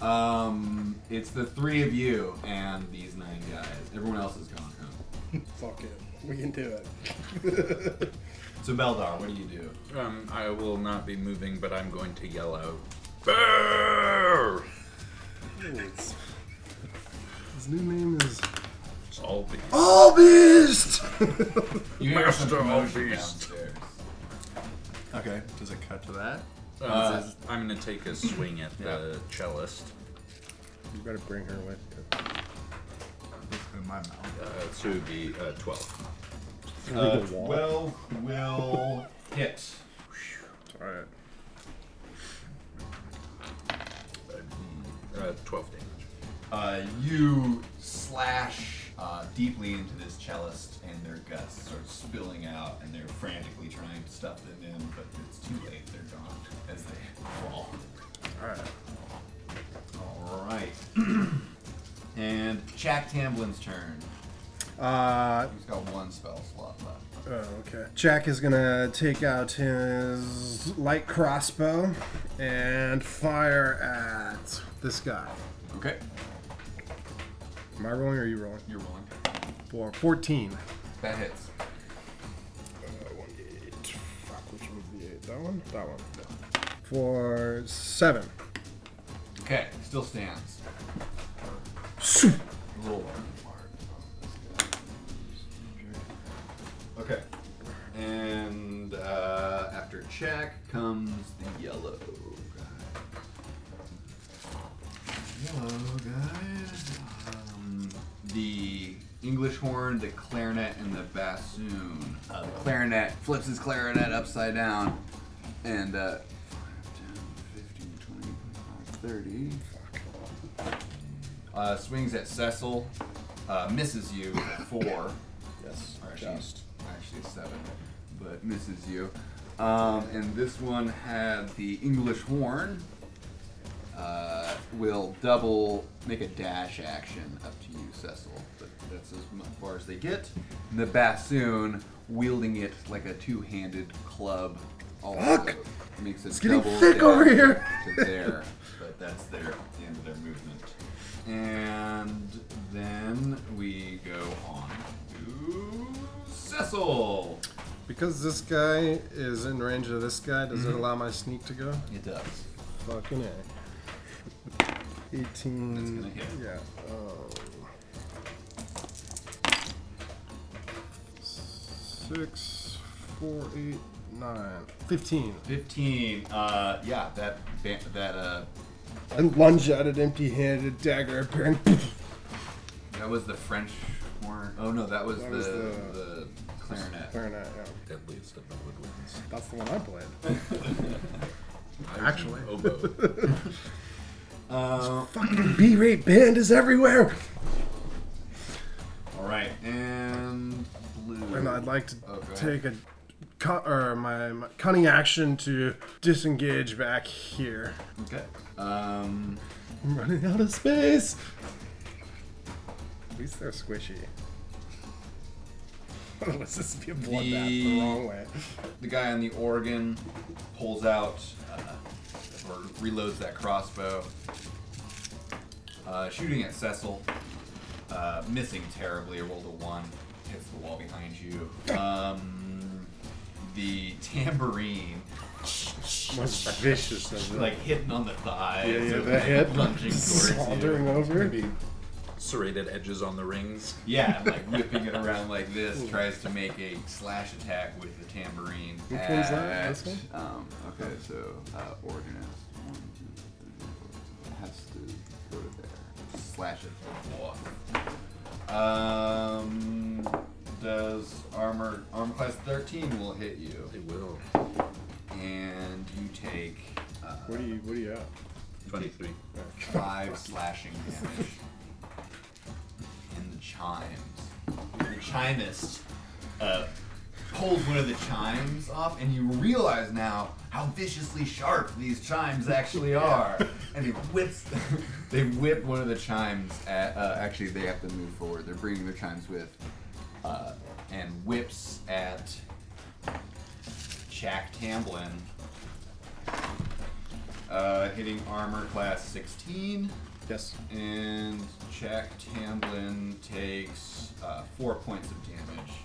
[SPEAKER 7] Um, it's the three of you and these nine guys. Everyone else has gone home.
[SPEAKER 6] Fuck it. We can do it.
[SPEAKER 7] So, Beldar, what do you do?
[SPEAKER 4] Um, I will not be moving, but I'm going to yell out. Bear!
[SPEAKER 6] His new name is
[SPEAKER 4] All beast.
[SPEAKER 6] All Beast.
[SPEAKER 7] You hear some
[SPEAKER 4] Master of
[SPEAKER 7] commotion
[SPEAKER 4] Beast.
[SPEAKER 7] downstairs.
[SPEAKER 5] Okay, does it cut to that?
[SPEAKER 4] Um,
[SPEAKER 7] Uh,
[SPEAKER 4] I'm going to take a swing at the cellist.
[SPEAKER 6] you better bring her with you.
[SPEAKER 5] In my mouth.
[SPEAKER 4] Uh, so it would be uh, 12.
[SPEAKER 7] Uh, 12 will hit.
[SPEAKER 6] All right.
[SPEAKER 4] Uh, 12 damage.
[SPEAKER 7] Uh, you slash uh, deeply into this cellist, and their guts start spilling out, and they're frantically trying to stuff them in, but it's too late. They're gone as they fall.
[SPEAKER 6] All right.
[SPEAKER 7] All right. and Jack Tamblin's turn.
[SPEAKER 6] Uh,
[SPEAKER 7] He's got one spell slot left.
[SPEAKER 6] Oh, okay. Jack is gonna take out his light crossbow and fire at this guy.
[SPEAKER 7] Okay.
[SPEAKER 6] Am I rolling or are you rolling?
[SPEAKER 7] You're rolling.
[SPEAKER 6] Four. 14.
[SPEAKER 7] That hits.
[SPEAKER 6] Uh, one eight. Fuck, which one's the eight? That one? That one. For seven.
[SPEAKER 7] Okay. Still stands. Roll. Okay. And uh, after check comes the yellow guy. Yellow guy. Um, the English horn, the clarinet, and the bassoon. Uh, the clarinet flips his clarinet upside down and uh, 10, 15, 20, 25, 30 uh, swings at Cecil, uh, misses you with a four.
[SPEAKER 6] Yes.
[SPEAKER 7] Or actually, actually a seven, but misses you. Um, and this one had the English horn. Uh, will double, make a dash action up to you, Cecil. But that's as mu- far as they get. And the bassoon, wielding it like a two-handed club, also
[SPEAKER 6] Fuck!
[SPEAKER 7] makes a it's
[SPEAKER 6] getting thick over here.
[SPEAKER 7] to there, but that's their the end of their movement. And then we go on to Cecil.
[SPEAKER 6] Because this guy is in range of this guy, does it allow my sneak to go?
[SPEAKER 7] It does.
[SPEAKER 6] Mm-hmm. Fucking A. 18.
[SPEAKER 7] That's gonna hit.
[SPEAKER 6] Yeah. Um, six, four, eight, nine. 15.
[SPEAKER 7] 15. Uh, yeah, that ba- that uh,
[SPEAKER 6] And lunge at it empty handed, dagger appearing.
[SPEAKER 7] that was the French horn. Oh no, that was,
[SPEAKER 6] That
[SPEAKER 7] the,
[SPEAKER 6] was
[SPEAKER 7] the clarinet.
[SPEAKER 6] Clarinet, yeah.
[SPEAKER 4] That leaves the Bowen wins.
[SPEAKER 6] That's the one I played.
[SPEAKER 4] I was
[SPEAKER 6] Actually.
[SPEAKER 4] an Oboe.
[SPEAKER 6] Fucking B rate band is everywhere! I'd like to
[SPEAKER 7] Okay.
[SPEAKER 6] take a cut or my, my cunning action to disengage back here.
[SPEAKER 7] Okay. Um,
[SPEAKER 6] I'm running out of space. At least they're squishy. Let's this be a bloodbath the
[SPEAKER 7] The-
[SPEAKER 6] wrong way.
[SPEAKER 7] the guy on the organ pulls out uh, or reloads that crossbow, uh, shooting at Cecil, uh, missing terribly. A rolled a one, hits the wall behind you. Um, the tambourine
[SPEAKER 6] Most vicious of
[SPEAKER 7] like hitting on the thigh,
[SPEAKER 6] Yeah, yeah,
[SPEAKER 7] so,
[SPEAKER 6] the
[SPEAKER 7] like,
[SPEAKER 6] hip.
[SPEAKER 7] plunging towards you.
[SPEAKER 6] Sauntering over.
[SPEAKER 4] Serrated edges on the rings.
[SPEAKER 7] Yeah, and, like whipping it around like this, tries to make a slash attack with the tambourine. Which
[SPEAKER 6] one's that? This one?
[SPEAKER 7] Um, okay, so uh, organist. One, two, three, four. It has to go to there. Slash it. Off. Um, does armor armor class thirteen will hit you,
[SPEAKER 4] They will.
[SPEAKER 7] and you take uh,
[SPEAKER 6] What are you? What are you at?
[SPEAKER 4] 23.
[SPEAKER 7] five slashing damage. And the chimes. The chimist uh, pulls one of the chimes off, and you realize now how viciously sharp these chimes actually are. and he whips. they whip one of the chimes at. Uh, actually, they have to move forward. They're bringing their chimes with. Uh, and whips at Jack Tamblin. Uh, hitting armor class 16.
[SPEAKER 6] Yes.
[SPEAKER 7] And Jack Tamblin takes uh, four points of damage.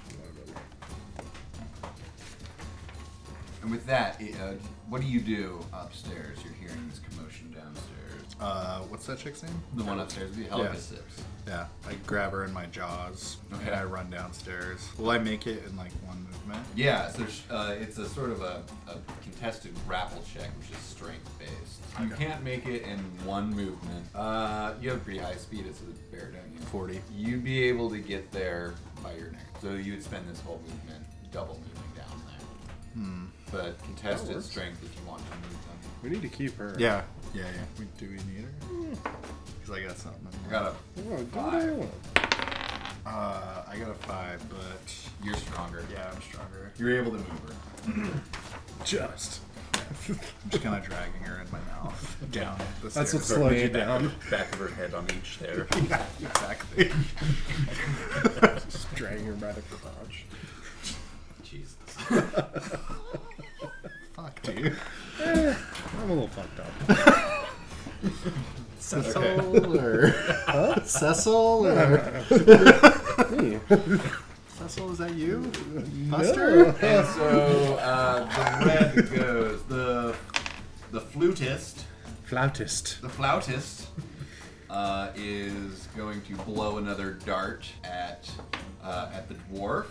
[SPEAKER 7] And with that, it, uh, what do you do upstairs? You're hearing this commotion downstairs.
[SPEAKER 5] Uh, what's that chick's name?
[SPEAKER 7] The one upstairs would be Helica Sips.
[SPEAKER 5] Yeah, I grab her in my jaws
[SPEAKER 7] Okay.
[SPEAKER 5] and I run downstairs. Will I make it in like one movement?
[SPEAKER 7] Yeah, so sh- uh, it's a sort of a, a contested grapple check, which is strength based. You can't make it in one movement. Uh, you have pretty high speed as a bear, don't you?
[SPEAKER 5] 40.
[SPEAKER 7] You'd be able to get there by your neck. So you would spend this whole movement double moving down there. Hmm. But contested strength if you want to move them.
[SPEAKER 6] We need to keep her.
[SPEAKER 5] Yeah, yeah, yeah. We, do we need
[SPEAKER 6] Hmm.
[SPEAKER 5] her? Because I got something. in
[SPEAKER 7] I
[SPEAKER 5] mind.
[SPEAKER 7] got a.
[SPEAKER 6] Oh, do what I want.
[SPEAKER 5] Uh, I got a five, but
[SPEAKER 7] You're stronger.
[SPEAKER 5] yeah, I'm stronger.
[SPEAKER 7] You're able to move her.
[SPEAKER 6] Just.
[SPEAKER 5] I'm just kind of dragging her in my mouth down. The
[SPEAKER 6] That's what
[SPEAKER 5] stairs.
[SPEAKER 6] slowed you down.
[SPEAKER 4] Back of her head on each there.
[SPEAKER 5] exactly.
[SPEAKER 6] Just dragging her by the crotch.
[SPEAKER 7] Jesus.
[SPEAKER 5] Fuck, dude.
[SPEAKER 6] I'm a little fucked up.
[SPEAKER 5] Cecil or Cecil or
[SPEAKER 6] Hey.
[SPEAKER 5] Cecil? Is that you? Buster?
[SPEAKER 7] and so uh, the red goes. The the flutist.
[SPEAKER 6] Flautist.
[SPEAKER 7] The flautist uh, is going to blow another dart at uh, at the dwarf,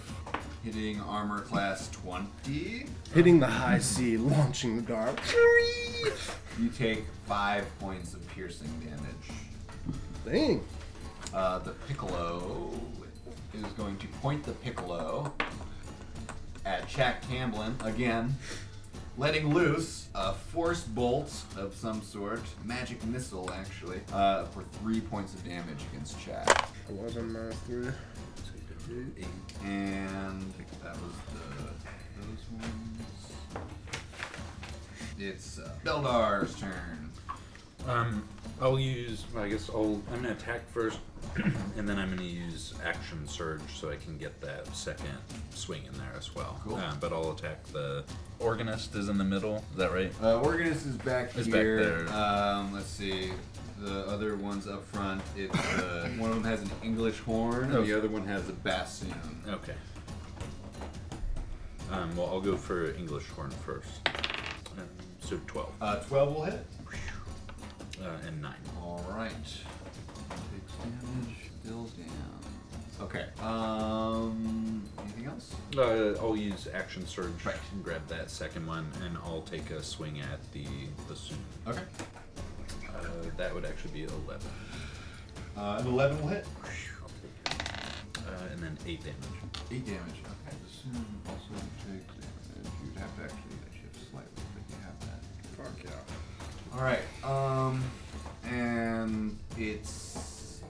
[SPEAKER 7] hitting armor class 20.
[SPEAKER 6] Hitting the high C, launching the dart.
[SPEAKER 7] You take five points of piercing damage.
[SPEAKER 6] Dang.
[SPEAKER 7] Uh, the piccolo is going to point the piccolo at Jack Tamblin again, letting loose a force bolt of some sort, magic missile actually, uh, for three points of damage against Jack.
[SPEAKER 6] I was on my three.
[SPEAKER 7] And that was the those ones. It's uh, Beldar's turn.
[SPEAKER 4] Um, I'll use. I guess I'll. I'm gonna attack first, and then I'm gonna use action surge so I can get that second swing in there as well.
[SPEAKER 7] Cool.
[SPEAKER 4] Uh, but I'll attack the organist is in the middle. Is that right?
[SPEAKER 7] Uh, Organist is back
[SPEAKER 4] It's back
[SPEAKER 7] here.
[SPEAKER 4] there.
[SPEAKER 7] um, let's see. The other one's up front. It's uh, one of them has an English horn, and
[SPEAKER 4] Oh.
[SPEAKER 7] the other one has a bassoon.
[SPEAKER 4] Okay. Um, well, I'll go for English horn first. Um, so twelve
[SPEAKER 7] Uh, Twelve will hit.
[SPEAKER 4] uh, and nine.
[SPEAKER 7] All right. Takes damage. Still down. Okay. Um. Anything else?
[SPEAKER 4] Uh, I'll use action surge
[SPEAKER 7] Right.
[SPEAKER 4] and grab that second one, and I'll take a swing at the bassoon.
[SPEAKER 7] Okay.
[SPEAKER 4] Uh, that would actually be eleven.
[SPEAKER 7] Uh, an Eleven will hit.
[SPEAKER 4] Uh, and then eight damage.
[SPEAKER 7] Eight damage. Okay. Assume also take damage. You'd have to actually shift slightly, but you have that. Fuck yeah. All right. Um, and it's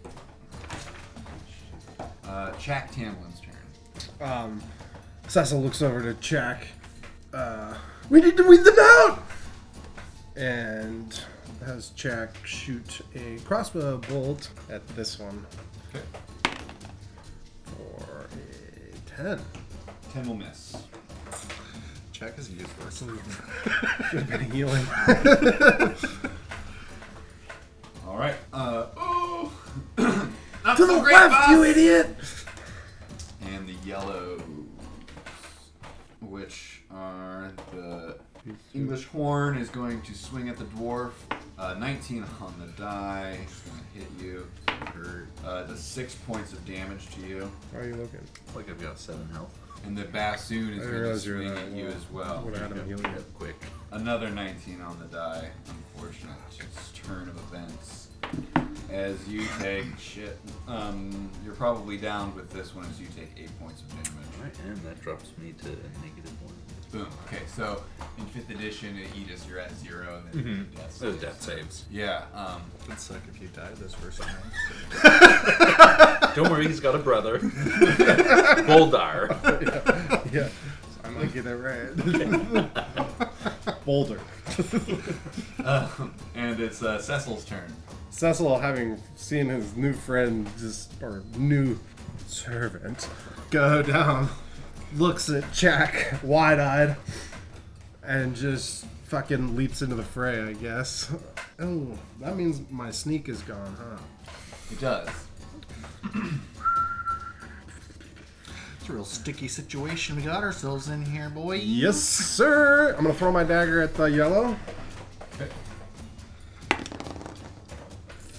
[SPEAKER 7] uh, Jack Tamlin's turn.
[SPEAKER 6] Um, Cecil looks over to check. Uh, we need to weed them out! And has Jack shoot a crossbow bolt at this one
[SPEAKER 8] Okay.
[SPEAKER 6] for a 10.
[SPEAKER 8] Ten will miss.
[SPEAKER 3] Check is useless.
[SPEAKER 6] Should have been a healing.
[SPEAKER 8] All right. Uh, ooh.
[SPEAKER 7] Not
[SPEAKER 6] to the
[SPEAKER 7] so great,
[SPEAKER 6] left,
[SPEAKER 7] boss!
[SPEAKER 6] you idiot!
[SPEAKER 7] And the yellows, which are the English horn is going to swing at the dwarf. Uh, 19 on the die. It's going to hit you. Uh, the six points of damage to you.
[SPEAKER 6] Why are you looking?
[SPEAKER 4] Like I've got seven health.
[SPEAKER 7] And the bassoon
[SPEAKER 6] I
[SPEAKER 7] is
[SPEAKER 6] didn't
[SPEAKER 7] going to
[SPEAKER 6] realize you were
[SPEAKER 7] swing
[SPEAKER 6] that
[SPEAKER 7] at you
[SPEAKER 6] low.
[SPEAKER 7] as well.
[SPEAKER 6] Would have had him healing it.
[SPEAKER 4] Up quick.
[SPEAKER 7] Another 19 on the die. Unfortunate It's turn of events. As you take shit, um, you're probably down with this one as you take eight points of damage.
[SPEAKER 4] All right, and that drops me to a negative one.
[SPEAKER 7] Boom. Okay, so in fifth edition, in Aegis, you're at zero, and then you do death
[SPEAKER 4] Those
[SPEAKER 7] saves.
[SPEAKER 4] death saves.
[SPEAKER 7] Yeah. Um,
[SPEAKER 3] It'd suck if you died this first time.
[SPEAKER 4] Don't worry, he's got a brother, Boldar.
[SPEAKER 6] Yeah. I might get that right. Boulder.
[SPEAKER 7] um, and it's uh, Cecil's turn.
[SPEAKER 6] Cecil, having seen his new friend, just or new servant, go down, looks at Jack wide eyed, and just fucking leaps into the fray, I guess. Oh, that means my sneak is gone, huh?
[SPEAKER 7] It does.
[SPEAKER 3] It's a real sticky situation we got ourselves in here, boy.
[SPEAKER 6] Yes, sir! I'm gonna throw my dagger at the yellow.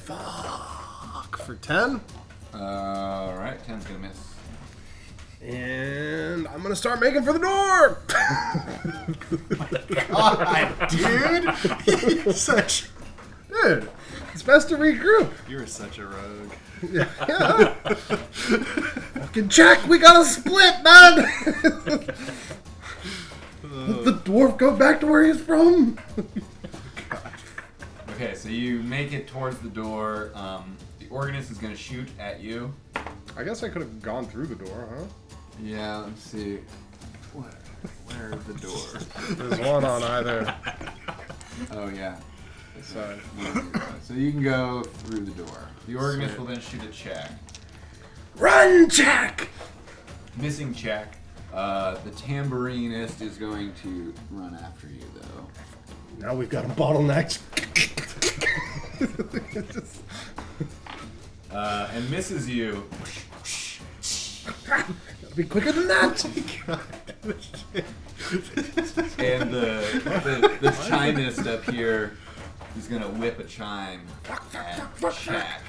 [SPEAKER 6] Fuck for 10.
[SPEAKER 7] Uh, all right, ten's gonna miss.
[SPEAKER 6] And I'm gonna start making for the door!
[SPEAKER 3] Dude! You're such.
[SPEAKER 6] Dude, it's best to regroup.
[SPEAKER 3] You're such a rogue.
[SPEAKER 6] Yeah. Fucking Jack, we gotta split, man! Let the dwarf go back to where he's from!
[SPEAKER 7] Okay, so you make it towards the door. Um, the organist is gonna shoot at you.
[SPEAKER 6] I guess I could have gone through the door, huh?
[SPEAKER 7] Yeah. Let's see. Where? Where's the door?
[SPEAKER 6] There's one on either
[SPEAKER 7] oh yeah.
[SPEAKER 6] side.
[SPEAKER 7] So you can go through the door. The organist will then shoot a check.
[SPEAKER 6] Run, Jack!
[SPEAKER 7] Missing check. Uh, the tambourinist is going to run after you though.
[SPEAKER 6] Now we've got a bottleneck. Just-
[SPEAKER 7] uh, and misses you.
[SPEAKER 6] gotta be quicker than that!
[SPEAKER 7] And the the, the chimist up here is gonna whip a chime at Shaq.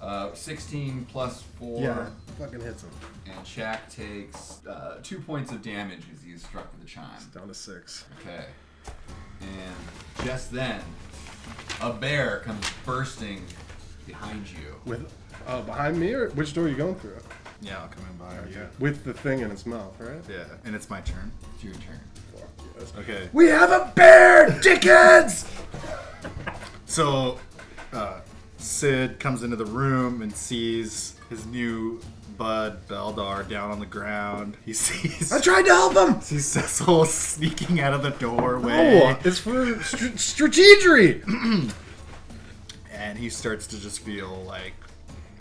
[SPEAKER 7] Uh, 16 plus four,
[SPEAKER 6] yeah, fucking hits him.
[SPEAKER 7] and Shaq takes uh, two points of damage as he is struck with the chime.
[SPEAKER 6] Down to six.
[SPEAKER 7] Okay. And just then, a bear comes bursting behind you.
[SPEAKER 6] With, uh, behind me, or which door are you going through?
[SPEAKER 3] Yeah, I'll come in by you.
[SPEAKER 6] With the thing in its mouth, right?
[SPEAKER 3] Yeah, and it's my turn.
[SPEAKER 7] It's your turn.
[SPEAKER 6] Fuck yes.
[SPEAKER 3] Okay.
[SPEAKER 6] We have a bear, dickheads!
[SPEAKER 3] So, uh, Sid comes into the room and sees his new bud Beldar down on the ground. He sees
[SPEAKER 6] I tried to help him!
[SPEAKER 3] sees Cecil sneaking out of the doorway,
[SPEAKER 6] Oh, it's for str- strategery!
[SPEAKER 3] and he starts to just feel like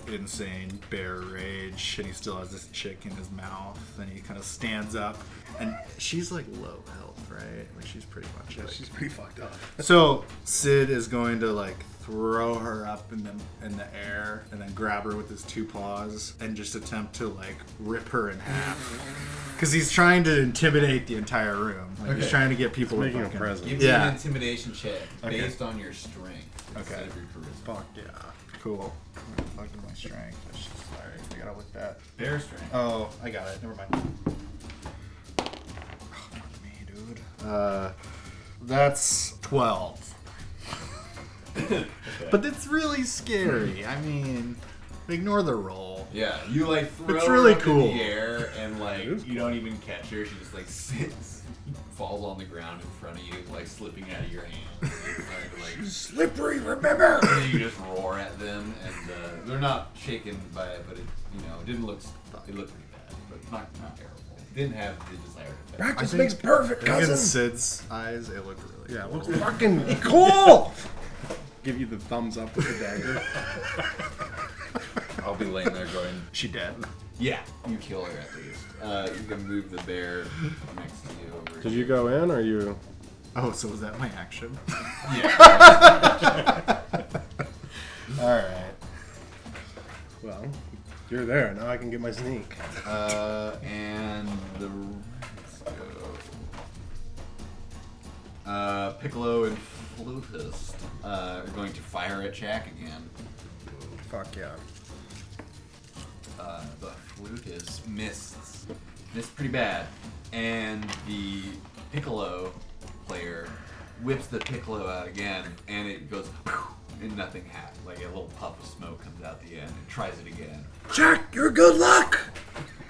[SPEAKER 3] insane bear rage. And he still has this chick in his mouth, and he kind of stands up, and she's like low health, right? Like she's pretty much like,
[SPEAKER 6] pretty fucked up.
[SPEAKER 3] So Sid is going to like throw her up in the in the air and then grab her with his two paws and just attempt to like rip her in half. Cause he's trying to intimidate the entire room. Like he's
[SPEAKER 7] Okay.
[SPEAKER 3] trying to get people to
[SPEAKER 6] Making a
[SPEAKER 3] fucking-
[SPEAKER 6] present.
[SPEAKER 7] Give me
[SPEAKER 3] Yeah.
[SPEAKER 7] an intimidation check
[SPEAKER 3] Okay.
[SPEAKER 7] based on your strength instead
[SPEAKER 3] Okay.
[SPEAKER 7] of your charisma.
[SPEAKER 3] Fuck yeah. Cool. Fucking my strength. That's just sorry. I gotta look that.
[SPEAKER 7] Bear strength.
[SPEAKER 3] Oh, I got it. Never mind. Oh, fuck me, dude. Uh, that's 12. but it's really scary. I mean, ignore the roll.
[SPEAKER 7] Yeah, you like throw
[SPEAKER 3] It's
[SPEAKER 7] her
[SPEAKER 3] really
[SPEAKER 7] up
[SPEAKER 3] cool.
[SPEAKER 7] in the air and like you don't even catch her. She just like sits, falls on the ground in front of you, like slipping out of your hand. like, like,
[SPEAKER 6] Slippery, remember?
[SPEAKER 7] and then you just roar at them, and uh, they're not shaken by it, but it you know it didn't look it looked pretty bad, but not not terrible. didn't have the desire to fetch.
[SPEAKER 6] Practice
[SPEAKER 3] think-
[SPEAKER 6] makes perfect,
[SPEAKER 3] In
[SPEAKER 6] cousin.
[SPEAKER 3] Sid's eyes, it looked really
[SPEAKER 6] Yeah, it
[SPEAKER 3] cool.
[SPEAKER 6] looks fucking cool. Give you the thumbs up with the dagger.
[SPEAKER 4] I'll be laying there going,
[SPEAKER 3] She dead.
[SPEAKER 7] Yeah, you kill her at least. Uh, you can move the bear next to you over.
[SPEAKER 6] Did you go in or you?
[SPEAKER 3] Oh, so was that my action?
[SPEAKER 7] Yeah.
[SPEAKER 3] All right.
[SPEAKER 6] Well, you're there. Now I can get my sneak.
[SPEAKER 7] uh, and the let's go. Uh, Piccolo and Flutist uh, are going to fire at Jack again.
[SPEAKER 6] Fuck yeah.
[SPEAKER 7] Uh, the Flutist missed. Missed pretty bad. And the Piccolo player whips the Piccolo out again, and it goes and nothing happens. Like a little puff of smoke comes out the end and tries it again.
[SPEAKER 6] Jack, you're good luck.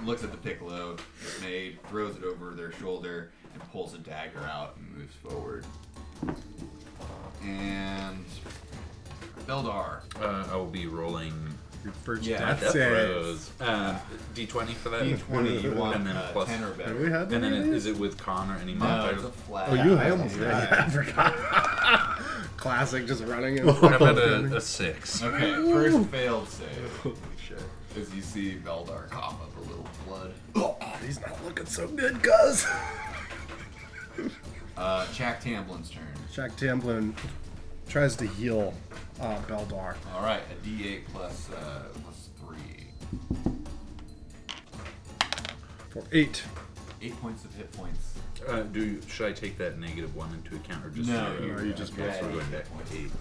[SPEAKER 7] looks at the piccolo dismayed, throws it over their shoulder, and pulls a dagger out and moves forward. And Beldar.
[SPEAKER 4] uh, I will be rolling
[SPEAKER 6] Your first
[SPEAKER 7] Yeah,
[SPEAKER 6] death
[SPEAKER 4] death
[SPEAKER 6] save.
[SPEAKER 4] rows. Uh, D20 for that?
[SPEAKER 7] D20, you want
[SPEAKER 4] And then
[SPEAKER 7] uh,
[SPEAKER 4] plus-
[SPEAKER 7] 10 or
[SPEAKER 6] Have we
[SPEAKER 7] better.
[SPEAKER 6] had that
[SPEAKER 4] And then
[SPEAKER 6] already?
[SPEAKER 4] is it with con or any
[SPEAKER 7] No,
[SPEAKER 4] modifiers?
[SPEAKER 7] it's a flat.
[SPEAKER 6] Oh, you I almost
[SPEAKER 7] did.
[SPEAKER 6] I forgot. Classic, just running in.
[SPEAKER 4] What about a, a six?
[SPEAKER 7] Okay, first failed save. Holy shit. As you see Beldar cough up a little blood.
[SPEAKER 6] Oh, He's not looking so good, cuz.
[SPEAKER 7] Uh, Jack Tamblin's turn.
[SPEAKER 6] Jack Tamblin tries to heal uh, Beldar.
[SPEAKER 7] All right, a D8 plus, uh, plus 3.
[SPEAKER 6] For eight.
[SPEAKER 7] 8 points of hit points.
[SPEAKER 4] Uh, do should I take that negative one into account or just
[SPEAKER 7] No,
[SPEAKER 4] zero?
[SPEAKER 7] you-
[SPEAKER 6] you just
[SPEAKER 4] Okay, so
[SPEAKER 7] roll.
[SPEAKER 4] we're going back to eight.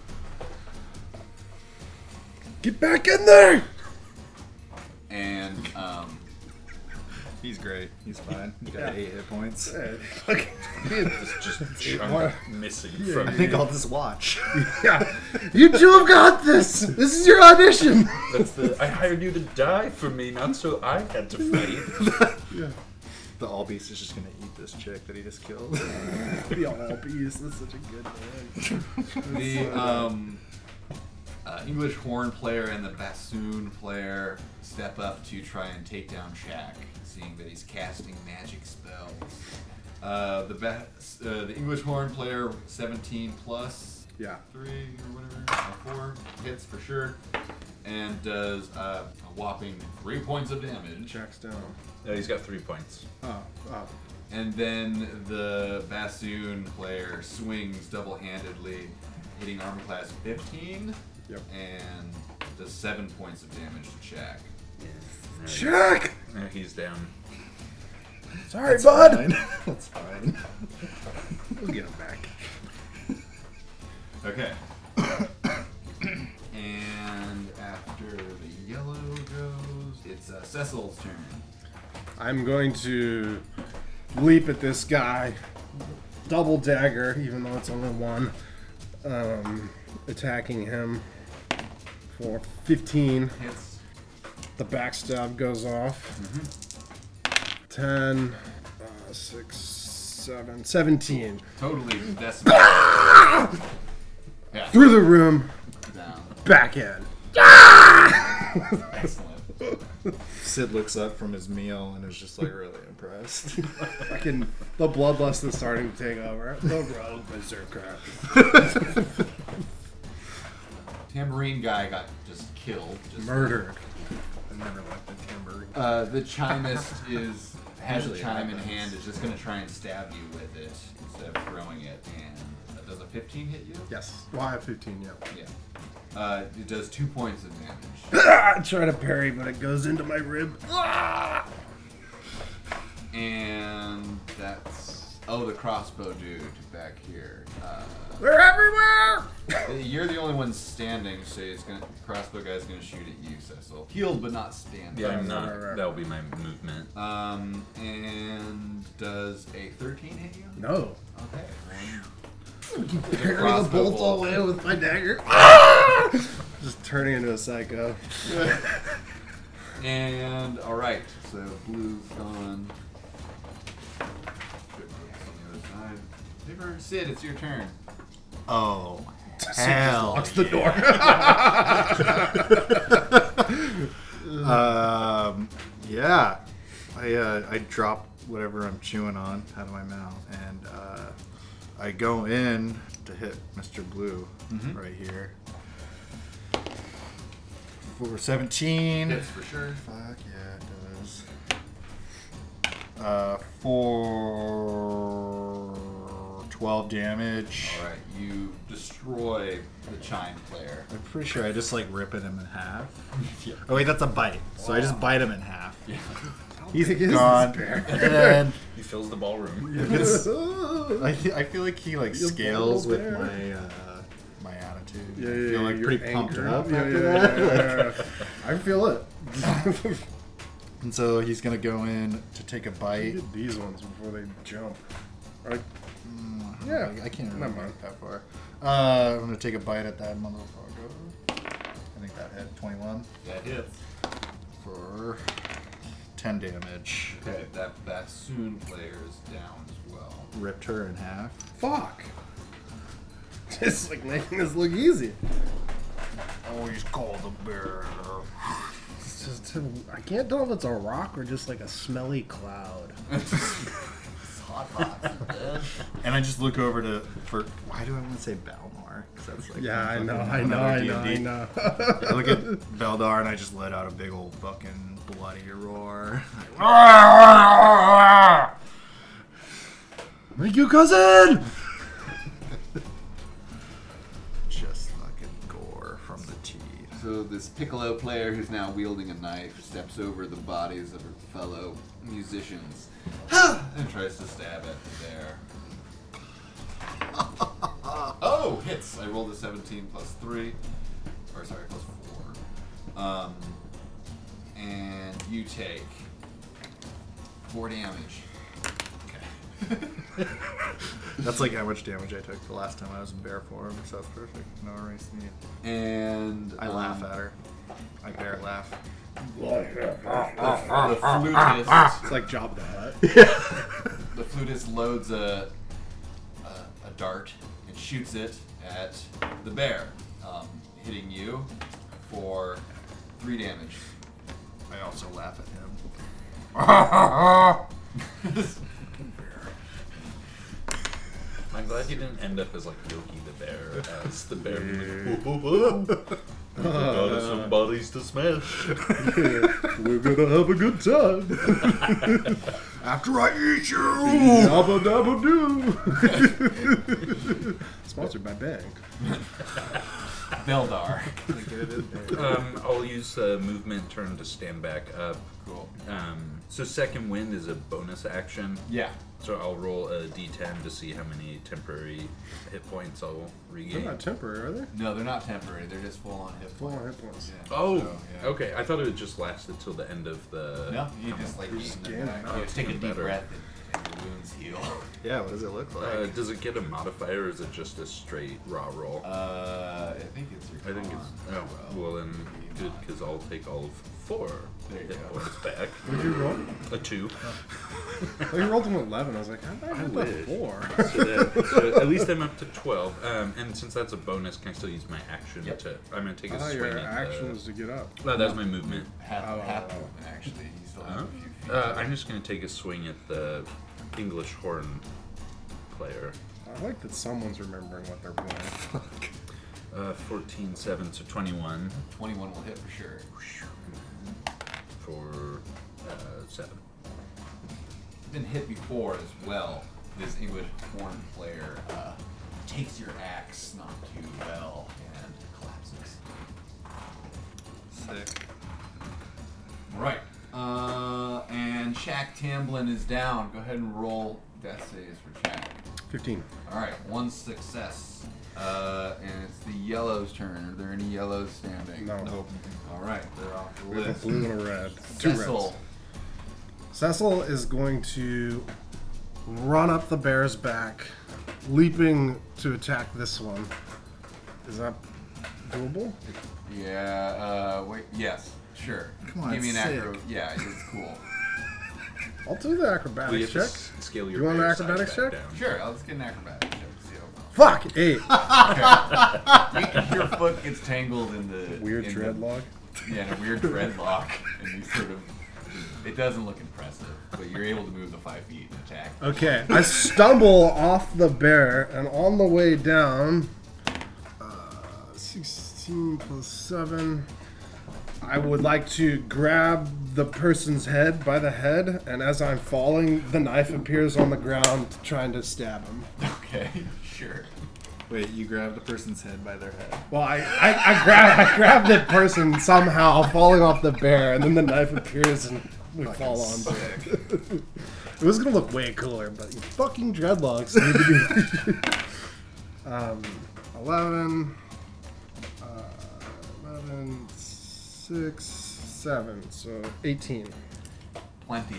[SPEAKER 6] Get back in there!
[SPEAKER 7] And um,
[SPEAKER 3] He's great. He's fine. He got eight hit points.
[SPEAKER 6] Hey, fuck.
[SPEAKER 4] Just chunk missing from
[SPEAKER 3] I think I'll just watch.
[SPEAKER 6] yeah. You two have got this! This is your audition!
[SPEAKER 4] That's the, I hired you to die for me, not so I had to fight.
[SPEAKER 3] the all beast is just gonna eat this chick that he just killed.
[SPEAKER 6] the all beast. That's such a good man.
[SPEAKER 7] The um, uh, English horn player and the bassoon player step up to try and take down Shaq, seeing that he's casting magic spells. Uh, the ba- uh, the English horn player 17 plus
[SPEAKER 6] Yeah.
[SPEAKER 7] three or whatever, or four hits for sure, and does uh, a whopping three points of damage.
[SPEAKER 6] Jack's down.
[SPEAKER 4] No, he's got three points.
[SPEAKER 6] Oh, oh.
[SPEAKER 7] And then the bassoon player swings double handedly, hitting armor class 15.
[SPEAKER 6] Yep.
[SPEAKER 7] And does 7 points of damage to Shaq.
[SPEAKER 4] No, he-
[SPEAKER 6] Jack!
[SPEAKER 4] no, he's down.
[SPEAKER 6] Sorry, bud!
[SPEAKER 3] That's fine.
[SPEAKER 6] We'll get him back.
[SPEAKER 7] Okay. and after the yellow goes, it's uh, Cecil's turn.
[SPEAKER 6] I'm going to leap at this guy. Double dagger, even though it's only one. Um, attacking him for 15.
[SPEAKER 7] Hits.
[SPEAKER 6] The backstab goes off. 10, uh, 6, 7, 17.
[SPEAKER 7] Totally decimated. yeah,
[SPEAKER 6] Through the room,
[SPEAKER 7] down.
[SPEAKER 6] back in.
[SPEAKER 7] Excellent.
[SPEAKER 3] Sid looks up from his meal and is just like really impressed.
[SPEAKER 6] Fucking the bloodlust is starting to take over. The rogue berserker.
[SPEAKER 7] Tambourine guy got just killed. Just
[SPEAKER 6] Murdered.
[SPEAKER 3] I never liked the timber.
[SPEAKER 7] Uh, the chimist is has a
[SPEAKER 3] Usually
[SPEAKER 7] chime in
[SPEAKER 3] happens.
[SPEAKER 7] hand. Is just going to try and stab you with it instead of throwing it. And uh, does a 15 hit you?
[SPEAKER 6] Yes. Why 15, yeah.
[SPEAKER 7] Yeah. Uh, it does two points of damage.
[SPEAKER 6] Ah, I try to parry, but it goes into my rib.
[SPEAKER 7] and that's oh, the crossbow dude back here. Uh,
[SPEAKER 6] They're everywhere!
[SPEAKER 7] you're the only one standing, so it's going to crossbow guy's going to shoot at you, Cecil. Healed but not standing.
[SPEAKER 4] Yeah, I'm
[SPEAKER 6] right, right,
[SPEAKER 4] not. That'll be my movement.
[SPEAKER 7] Um, and does a 13 hit you?
[SPEAKER 6] No.
[SPEAKER 7] Okay.
[SPEAKER 6] Parry the
[SPEAKER 7] crossbow
[SPEAKER 6] bolt all
[SPEAKER 7] bolt.
[SPEAKER 6] the way with my dagger. Ah! Just turning into a psycho.
[SPEAKER 7] And all right, so blue's gone. Good work on the other side. Paper, Sid, it's your turn.
[SPEAKER 3] Oh, hell.
[SPEAKER 6] Locks the door.
[SPEAKER 3] Um, yeah. I, uh, I drop whatever I'm chewing on out of my mouth, and uh, I go in to hit Mr. Blue
[SPEAKER 6] Mm-hmm.
[SPEAKER 3] right here. For 17.
[SPEAKER 7] Hits for sure.
[SPEAKER 3] Fuck yeah, it does. Uh, for 12 damage.
[SPEAKER 7] All right, you destroy the chime player.
[SPEAKER 3] I'm pretty sure I just like ripping him in half.
[SPEAKER 7] Yeah.
[SPEAKER 3] Oh wait, that's a bite. So I just bite him in half.
[SPEAKER 7] Yeah.
[SPEAKER 3] He's gone. And
[SPEAKER 4] He fills the ballroom.
[SPEAKER 3] it gets- I, th- I feel like he like
[SPEAKER 6] Your
[SPEAKER 3] scales
[SPEAKER 6] ball's
[SPEAKER 3] with
[SPEAKER 6] there.
[SPEAKER 3] my uh, my attitude.
[SPEAKER 6] Yeah,
[SPEAKER 3] I
[SPEAKER 6] yeah,
[SPEAKER 3] feel
[SPEAKER 6] yeah,
[SPEAKER 3] like
[SPEAKER 6] your
[SPEAKER 3] pretty
[SPEAKER 6] anger.
[SPEAKER 3] pumped up.
[SPEAKER 6] Yeah,
[SPEAKER 3] after
[SPEAKER 6] yeah,
[SPEAKER 3] that.
[SPEAKER 6] yeah, yeah, yeah. I feel it.
[SPEAKER 3] And so he's gonna go in to take a bite.
[SPEAKER 6] Get these ones before they jump. Right. Mm,
[SPEAKER 3] Yeah,
[SPEAKER 6] Yeah,
[SPEAKER 3] I, I can't
[SPEAKER 6] never
[SPEAKER 3] remember
[SPEAKER 6] mind.
[SPEAKER 3] that far. Uh, I'm gonna take a bite at that motherfucker. I think that hit 21
[SPEAKER 7] That hits.
[SPEAKER 3] for 10 damage.
[SPEAKER 7] Okay, that bassoon player is down as well.
[SPEAKER 3] Ripped her in half.
[SPEAKER 6] Fuck. Just like making this look easy.
[SPEAKER 3] Oh, he's called the bear.
[SPEAKER 6] It's just I can't tell if it's a rock or just like a smelly cloud.
[SPEAKER 7] It's hot pots. man.
[SPEAKER 3] And I just look over to for why do I want to say Balnor? 'Cause that's like
[SPEAKER 6] Yeah, I
[SPEAKER 3] fucking
[SPEAKER 6] know, I know,
[SPEAKER 3] another
[SPEAKER 6] I know, I
[SPEAKER 3] D&D.
[SPEAKER 6] know.
[SPEAKER 3] I look at Beldar and I just let out a big old fucking bloody roar. Like,
[SPEAKER 6] Thank you, cousin.
[SPEAKER 3] just fucking gore from the teeth.
[SPEAKER 7] so this piccolo player, who's now wielding a knife, steps over the bodies of her fellow musicians and tries to stab at the bear. oh, hits! I rolled a 17 plus three, or sorry, plus four. Um, and you take four damage.
[SPEAKER 3] That's like how much damage I took the last time I was in bear form, so that's perfect. No erase needed.
[SPEAKER 7] And
[SPEAKER 3] I laugh
[SPEAKER 7] um,
[SPEAKER 3] at her. I bear laugh.
[SPEAKER 7] The flutist
[SPEAKER 6] It's like Job the Hutt.
[SPEAKER 7] the flutist loads a, a, a dart and shoots it at the bear, um, hitting you for three damage.
[SPEAKER 3] I also laugh at him.
[SPEAKER 4] I'm glad you didn't end up as like Yogi the Bear, as the bear. Like, some bodies to smash.
[SPEAKER 6] We're gonna have a good time.
[SPEAKER 3] After I eat you!
[SPEAKER 6] Dabba dabba doo. Sponsored by Bang.
[SPEAKER 7] Beldar.
[SPEAKER 4] Um, I'll use uh, movement turn to stand back up.
[SPEAKER 7] cool.
[SPEAKER 4] Um, so second wind is a bonus action.
[SPEAKER 7] Yeah.
[SPEAKER 4] So I'll roll a d10 to see how many temporary hit points I'll
[SPEAKER 6] They're
[SPEAKER 4] regain.
[SPEAKER 6] not temporary, are they?
[SPEAKER 7] No, they're not temporary. They're just full on hit
[SPEAKER 6] Full
[SPEAKER 7] points.
[SPEAKER 6] on hit points.
[SPEAKER 7] Yeah.
[SPEAKER 4] Oh,
[SPEAKER 7] So, yeah.
[SPEAKER 4] okay. I thought it would just lasted till the end of the.
[SPEAKER 7] No, you just like eat
[SPEAKER 6] just
[SPEAKER 7] them back.
[SPEAKER 6] getting-
[SPEAKER 7] You take a deep
[SPEAKER 4] better.
[SPEAKER 7] breath and, and the wounds heal.
[SPEAKER 3] Yeah, what does it look like?
[SPEAKER 4] Uh, does it get a modifier, or is it just a straight raw roll?
[SPEAKER 7] Uh, I think it's
[SPEAKER 4] I
[SPEAKER 7] your.
[SPEAKER 4] think it's. Oh, well then, good, because I'll take all of four
[SPEAKER 7] There you
[SPEAKER 4] hit
[SPEAKER 7] go.
[SPEAKER 4] points back.
[SPEAKER 6] Did you roll?
[SPEAKER 4] A two.
[SPEAKER 6] Oh, you rolled an 11. I was like, how did I get the
[SPEAKER 4] wish.
[SPEAKER 6] 4?
[SPEAKER 4] So, that, so at least I'm up to twelve. Um, and since that's a bonus, can I still use my action
[SPEAKER 7] Yep.
[SPEAKER 4] to? I'm gonna take
[SPEAKER 6] I
[SPEAKER 4] a
[SPEAKER 6] thought
[SPEAKER 4] swing
[SPEAKER 6] Uh, your
[SPEAKER 4] at
[SPEAKER 6] action
[SPEAKER 4] the.
[SPEAKER 6] was to get up.
[SPEAKER 4] Oh, that was my movement.
[SPEAKER 7] half,
[SPEAKER 6] Oh,
[SPEAKER 7] half
[SPEAKER 6] oh,
[SPEAKER 7] movement actually. You still have a few feet.
[SPEAKER 4] Uh, I'm just gonna take a swing at the English horn player.
[SPEAKER 6] I like that someone's remembering what they're playing.
[SPEAKER 4] Uh, 14, 7, so 21
[SPEAKER 7] Twenty-one will hit for sure.
[SPEAKER 4] for uh, 7.
[SPEAKER 7] been hit before as well. This English horn player uh, takes your axe not too well and collapses.
[SPEAKER 3] Sick.
[SPEAKER 7] Right. Uh, and Shaq Tamblin is down. Go ahead and roll death saves for Shaq.
[SPEAKER 6] 15.
[SPEAKER 7] All right, one success. Uh, and it's the yellows' turn. Are there any yellows standing?
[SPEAKER 6] No.
[SPEAKER 7] All right, they're off the
[SPEAKER 6] We have a
[SPEAKER 7] list.
[SPEAKER 6] blue and a red. Two
[SPEAKER 7] Cecil.
[SPEAKER 6] reds. Cecil is going to run up the bear's back, leaping to attack this one. Is that doable?
[SPEAKER 7] Yeah. Uh, wait. Yes. Sure.
[SPEAKER 3] Come on,
[SPEAKER 7] Give me an
[SPEAKER 3] it's
[SPEAKER 7] acro.
[SPEAKER 3] sick.
[SPEAKER 7] Yeah, it's cool.
[SPEAKER 6] I'll do the
[SPEAKER 4] We
[SPEAKER 6] acrobatics
[SPEAKER 4] have to
[SPEAKER 6] check.
[SPEAKER 4] s- scale your
[SPEAKER 6] You want an
[SPEAKER 4] bear size
[SPEAKER 6] acrobatics
[SPEAKER 4] back
[SPEAKER 6] check?
[SPEAKER 4] down.
[SPEAKER 7] Sure. I'll just get an acrobatic check to see how well.
[SPEAKER 6] Fuck! Eight.
[SPEAKER 7] Your foot gets tangled in the
[SPEAKER 6] Weird
[SPEAKER 7] in the-
[SPEAKER 6] dreadlock.
[SPEAKER 7] yeah, in a weird dreadlock, and you sort of It doesn't look impressive, but you're able to move the five feet and attack.
[SPEAKER 6] Okay, I stumble off the bear, and on the way down, uh, 16 plus 7, I would like to grab the person's head by the head, and as I'm falling, the knife appears on the ground, trying to stab him.
[SPEAKER 7] Okay, sure.
[SPEAKER 5] Wait, you grabbed a person's head by their head.
[SPEAKER 6] Well, I, I, I, grab, I grab the person somehow, falling off the bear, and then the knife appears, and we fall on. It was gonna look way cooler, but you fucking dreadlocks need to be. um, 11, uh, 11, 6, 7, so 18.
[SPEAKER 7] Plenty.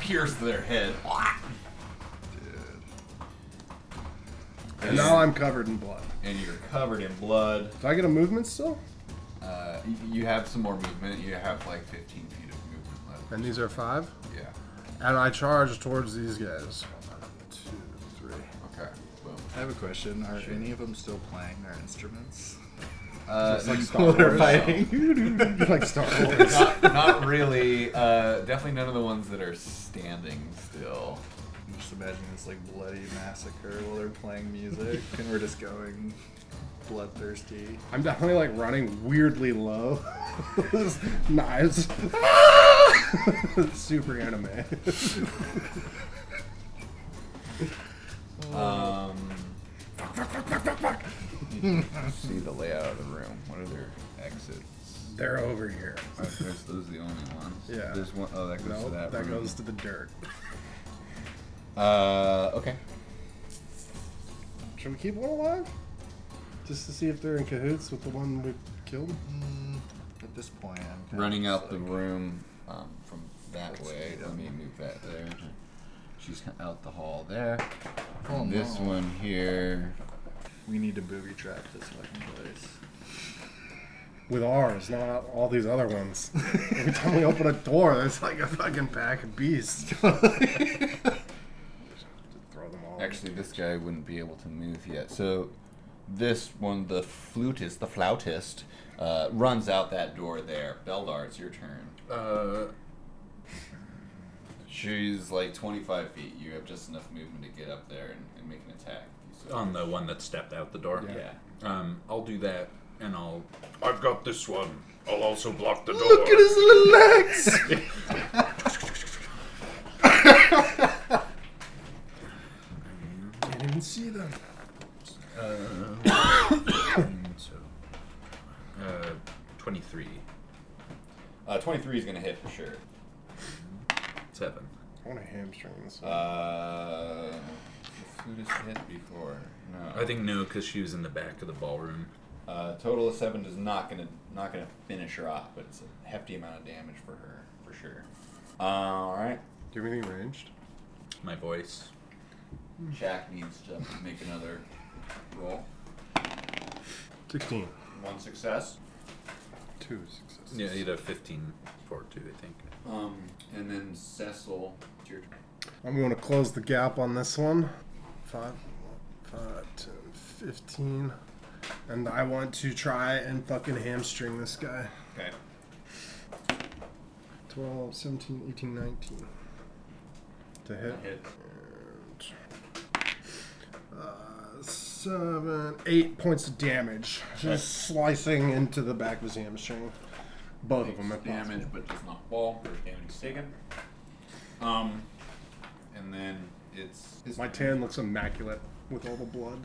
[SPEAKER 7] Pierce their head.
[SPEAKER 6] And now I'm covered in blood.
[SPEAKER 7] And you're covered in blood.
[SPEAKER 6] Do I get a movement still?
[SPEAKER 7] Uh, you, you have some more movement. You have like 15 feet of movement left.
[SPEAKER 6] And these are five.
[SPEAKER 7] Yeah.
[SPEAKER 6] And I charge towards these guys.
[SPEAKER 5] Two, three.
[SPEAKER 7] Okay. Boom.
[SPEAKER 5] I have a question. Are any of them still playing their instruments?
[SPEAKER 7] Uh, you-
[SPEAKER 5] They're
[SPEAKER 6] like Star Wars.
[SPEAKER 7] not, not really. Uh, definitely none of the ones that are standing still.
[SPEAKER 5] I'm just imagining this like bloody massacre while they're playing music, and we're just going bloodthirsty.
[SPEAKER 6] I'm definitely like running weirdly low. Just Knives. Super anime.
[SPEAKER 7] Um, see the layout of the room. What are their exits?
[SPEAKER 6] They're over here.
[SPEAKER 7] Are those, those the only ones?
[SPEAKER 6] Yeah.
[SPEAKER 7] There's one oh that goes
[SPEAKER 6] No,
[SPEAKER 7] to that.
[SPEAKER 6] that,
[SPEAKER 7] room.
[SPEAKER 6] goes to the dirt.
[SPEAKER 7] Uh, okay.
[SPEAKER 6] Should we keep one alive? Just to see if they're in cahoots with the one we killed?
[SPEAKER 5] At this point, I'm kinda
[SPEAKER 7] Running
[SPEAKER 5] just
[SPEAKER 7] out the
[SPEAKER 5] like-
[SPEAKER 7] room um, from that way. Let me move that there. She's kinda out the hall there.
[SPEAKER 5] Oh,
[SPEAKER 7] And this
[SPEAKER 5] no.
[SPEAKER 7] one here.
[SPEAKER 5] We need to booby trap this fucking place.
[SPEAKER 6] With ours, not all these other ones. Every time we open a door, there's like a fucking pack of beasts. Throw them all.
[SPEAKER 7] Actually, this guy wouldn't be able to move yet. So, this one, the flutist, the flautist, uh, runs out that door there. Beldar, it's your turn.
[SPEAKER 4] Uh,
[SPEAKER 7] She's like 25 feet. You have just enough movement to get up there and, and make an attack. So-
[SPEAKER 4] on the one that stepped out the door.
[SPEAKER 7] yeah.
[SPEAKER 4] Um, I'll do that, and I'll. I've got this one. I'll also block the door.
[SPEAKER 6] Look at his little legs! Can't even see them.
[SPEAKER 4] Uh, So, uh, twenty-three,
[SPEAKER 7] Uh, 23 is going to hit for sure.
[SPEAKER 4] seven.
[SPEAKER 6] I want a hamstring this one.
[SPEAKER 7] Uh, the flutist hit before. No.
[SPEAKER 4] I think no, because she was in the back of the ballroom.
[SPEAKER 7] Uh, total of seven is not gonna not gonna finish her off, but it's a hefty amount of damage for her for sure. Uh, all right,
[SPEAKER 6] Do you have anything ranged?
[SPEAKER 4] My voice.
[SPEAKER 7] Jack needs to make another roll.
[SPEAKER 6] 16.
[SPEAKER 7] One success,
[SPEAKER 6] Two successes.
[SPEAKER 4] Yeah, you'd have fifteen for two, I think.
[SPEAKER 7] um, and then Cecil, it's your turn.
[SPEAKER 6] I'm going to close the gap on this one. 5, five, 10, 15. And I want to try and fucking hamstring this guy.
[SPEAKER 7] Okay.
[SPEAKER 6] 12, 17, 18, 19. To hit.
[SPEAKER 7] Hit.
[SPEAKER 6] Uh, seven, eight points of damage. Just slicing into the back of his hamstring. Both of them if
[SPEAKER 7] Takes damage,
[SPEAKER 6] possible.
[SPEAKER 7] but does not fall. First damage is taken. Um, and then it's his
[SPEAKER 6] My
[SPEAKER 7] turn.
[SPEAKER 6] tan looks immaculate with all the blood.